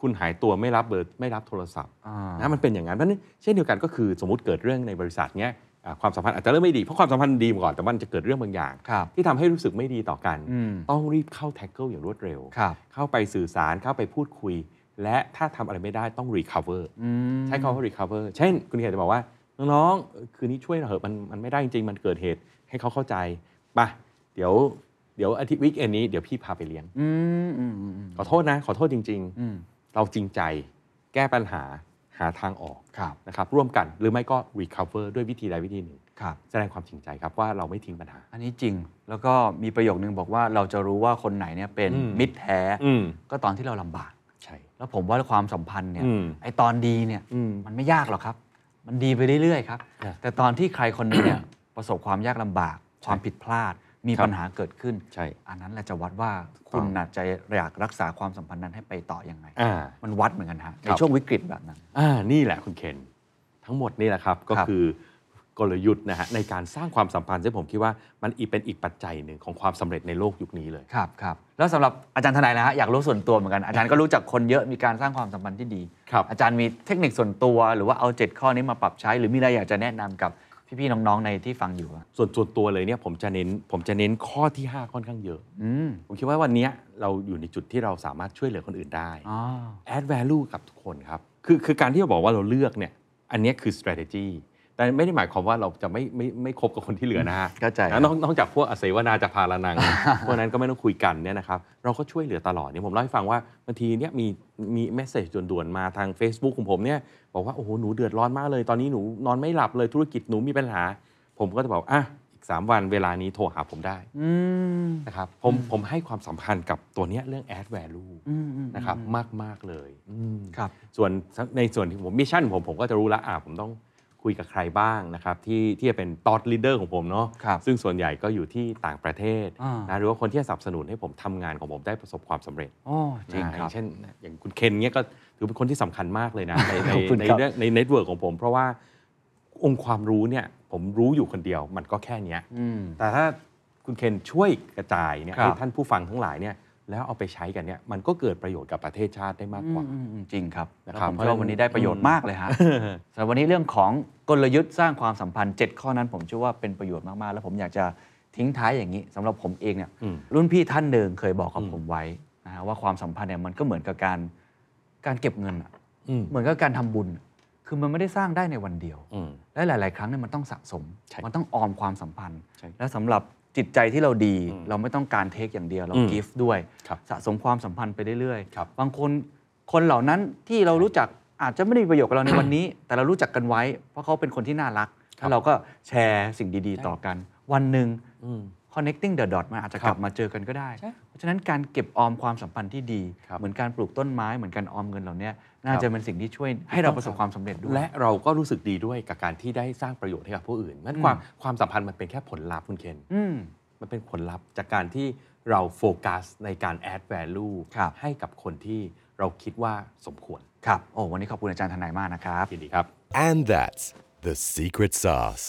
S1: คุณหายตัวไม่รับเบอร์ไม่รับโทรศัพท์
S2: อ่า
S1: นะมันเป็นอย่างนั้นเพราะฉะนั้นเช่นเดียวกันก็คือสมมติเกิดเรื่องในบริษัทเนี้ยอ่าความสัมพันธ์อาจจะเริ่มไม่ดีเพราะความสัมพันธ์ดีมาก่อนแต่มันจะเกิดเรื่องบางอย่าง
S2: ครับ
S1: ที่ทำให้รู้สึกไม่ดีต่อกัน
S2: อืม
S1: ต้องรีบเข้าแท็กเกิลอย่างรวดเร็ว
S2: ครับ
S1: เข้าไปสื่อสารเข้าไปพูดคุย และถ้าทำอะไรไม่ได้ต้อง recover
S2: อืม
S1: ใช้คำว่า recover เช่น คุณเขียนจะบอกว่า น้องๆเอ่อคืนนี้ช่วยหน่อยเถอะมันมันไม่ได้จริง ๆ มันเกิดเหตุให้เขาเข้าใจไปะเดี๋ยวเดี๋ยวอาทิตย์วิกเอนนี้เดี๋ยวพี่พาไปเลี้ยง
S2: อืมอืมอืมอืม
S1: ขอโทษนะ ขอโทษจริง
S2: อืม
S1: ๆ เราจริงใจแก้ปัญหาหาทางออก
S2: ครับ
S1: นะครับร่วมกันหรือไม่ก็ recover ด้วยวิธีใดวิธีหนึ่ง
S2: ครับ
S1: แสดงความจริงใจครับว่าเราไม่ทิ้งปัญหา
S2: อันนี้จริงแล้วก็มีประโยคนึงบอกว่าเราจะรู้ว่าคนไหนเนี่ยเป็น
S1: อืม
S2: มิตรแท้
S1: อืม
S2: ก็ตอนที่เราลำบาก
S1: ใช่
S2: แล้วผมว่าความสัมพันธ์เนี่ย
S1: อืม
S2: ไอตอนดีเนี่ย
S1: อืม
S2: มันไม่ยากหรอกครับ มันดีไปเรื่อยๆครับ
S1: ครับ
S2: แต่ตอนที่ใครคนหนึงเนี่ย ประสบความยากลำบาก ความผิดพลาด มี
S1: ครับ
S2: ปัญหาเกิดขึ้น
S1: ใช่
S2: อันนั้นแหละจะวัดว่าคุณน่ะจะอยากรักษาความสัมพันธ์นั้นให้ไปต่อยังไง
S1: อ่า
S2: มันวัดเหมือนกันฮะใน
S1: ครับ
S2: ช่วงวิกฤตแบบนั้น
S1: อ่านี่แหละคุณเคนทั้งหมดนี่แหละครับ ก็
S2: ครับ
S1: คือกลยุทธ์นะฮะในการสร้างความสัมพันธ์ที่งผมคิดว่ามันอีกเป็นอีกปัจจัยหนึ่งของความสำเร็จในโลกยุคนี้เลย
S2: ครับครับแล้วสำหรับอาจารย์ทนายนะฮะอยากรู้ส่วนตัวเหมือนกันอาจารย์ก็รู้จักคนเยอะมีการสร้างความสัมพันธ์ที่ดี
S1: ครับ
S2: อาจารย์มีเทคนิคส่วนตัวหรือว่าเอาเจ็ดข้อนี้มาปรับใช้ หรือมีอะไรอยากจะแนะนำกับพี่ๆน้องๆในที่ฟังอยู่อะ
S1: ส่วนส่วนตัวเลยเนี่ยผมจะเน้นผมจะเน้นข้อที่ 5 ค่อนข้างเยอะ
S2: อืม
S1: ผมคิดว่าวันเนี้ยเราอยู่ในจุดที่เราสามารถช่วยเหลือคนอื่นได้
S2: อ๋อ
S1: add value กับทุกคนครับ คือคือการที่เราบอกว่าเราเลือกเนี่ยอันเนี้ยคือ strategy แต่ไม่ได้หมายความว่าเราจะไม่ไม่ไม่คบกับคนที่เหลือนะฮะ
S2: เข้าใจ
S1: นะนอกนอกจากพวกอเสวนาจะพารานัง พวกนั้นก็ไม่ต้องคุยกันเนี่ยนะครับ เราก็ช่วยเหลือตลอดเนี่ยผมเล่าให้ฟังว่าบางทีเนี่ยมีมีเมสเซจด่วนๆมาทาง Facebook ของผมเนี่ยบอกว่า โอ้โห หนูเดือดร้อนมากเลย ตอนนี้หนูนอนไม่หลับเลยธุรกิจหนูมีปัญหา ผมก็จะบอก อ่ะ อีก 3 วันเวลานี้โทรหาผมได้
S2: อืม
S1: นะครับผมผมให้ความสำคัญกับตัวเนี้ยเรื่อง add value
S2: อืมอืม
S1: นะครับมากๆเลยอืม
S2: ครับ
S1: ส่วนในส่วนที่ผมมิชชั่นผมผมก็จะรู้ละอ่าผมต้องคุยกับใครบ้างนะครับที่ที่จะเป็นตอดลีดเดอร์ของผมเนาะ
S2: ครับ
S1: ซึ่งส่วนใหญ่ก็อยู่ที่ต่างประเทศ
S2: อ่าน
S1: นะหรือว่าคนที่จะสนับสนุนให้ผมทำงานของผมได้ประสบความสำเร็จ
S2: โอ้จริง
S1: นะอ
S2: ครั
S1: ย่า
S2: บ
S1: งเช่น อย่างคุณเคนเนี่ยก็ถือเป็นคนที่สำคัญมากเลยนะ ในใน
S2: ขอบคุณ
S1: ใน
S2: ครับ
S1: เรื่องในเน็ตเวิร์กของผม เพราะว่าองค์ความรู้เนี่ยผมรู้อยู่คนเดียวมันก็แค่เนี้ย
S2: อืม
S1: แต่ถ้าคุณเคนช่วยกระจายเนี่ย
S2: ครับ
S1: ให้ท่านผู้ฟังทั้งหลายเนี่ยแล้วเอาไปใช้กันเนี่ยมันก็เกิดประโยชน์กับประเทศชาติได้มากกว่า
S2: อืมอืมจริงครับ
S1: นะ
S2: แล้ว
S1: ครับ
S2: ผมเชื่อว่าวันนี้ได้ประโยชน์
S1: อืม
S2: มาก เลยฮะสำหรับวันนี้เรื่องของกลยุทธ์สร้างความสัมพันธ์ 7 ข้อนั้นผมเชื่อว่าเป็นประโยชน์มาก ๆ แล้วผมอยากจะทิ้งท้ายอย่างนี้สำหรับผมเองเนี่ย
S1: อืม
S2: รุ่นพี่ท่านหนึ่งเคยบอกกับ
S1: อืม
S2: ผมไว้นะฮะว่าความสัมพันธ์เนี่ยมันก็เหมือนกับการการเก็บเงินอะ
S1: อืม
S2: เหมือนกับการทำบุญอะคือมันไม่ได้สร้างได้ในวันเดียว
S1: อืม
S2: และหลาย ๆ ครั้งเนี่ยมันต้องสะสม
S1: ใช่
S2: มันต้องออมความสัมพันธ์
S1: ใช่
S2: และสำหรับจิตใจที่เราดี
S1: อืม
S2: เราไม่ต้องการเทคอย่างเดียว เรา
S1: อืม
S2: กิฟต์ด้วย
S1: ครับ
S2: สะสมความสัมพันธ์ไปเรื่อย
S1: ครับ
S2: บางคนคนเหล่านั้นที่เรารู้จักอาจจะไม่ได้มีประโยชน์กับเราในวันนี้ แต่เรารู้จักกันไว้ เพราะเขาเป็นคนที่น่ารัก แล้วเราก็แชร์สิ่งดี ๆ ต่อกัน วันหนึ่ง
S1: อืม
S2: connecting the dot มันอาจจะ
S1: ครับ
S2: กลับมาเจอกันก็ได้
S1: ใช่
S2: เพราะฉะนั้นการเก็บออมความสัมพันธ์ที่ดี
S1: ครับ
S2: เหมือนการปลูกต้นไม้เหมือนการออมเงินเหล่าเนี้ยน่า
S1: ครับ
S2: จะเป็นสิ่งที่ช่วยให้เราประสบความสำเร็จด้วย
S1: และเราก็รู้สึกดีด้วยกับการที่ได้สร้างประโยชน์ให้กับผู้อื่นมันความความสัมพันธ์มันเป็นแค่ผลลัพธ์คุณเคน
S2: อืม
S1: มันเป็นผลลัพธ์จากการที่เราโฟกัสในการ add value
S2: ครับ
S1: ให้กับคนที่เราคิดว่าสมควร
S2: ครับ โอ้ วันนี้ขอบคุณอาจารย์ทนายมากนะครับ
S1: ยินดีครับ
S3: and that's the secret sauce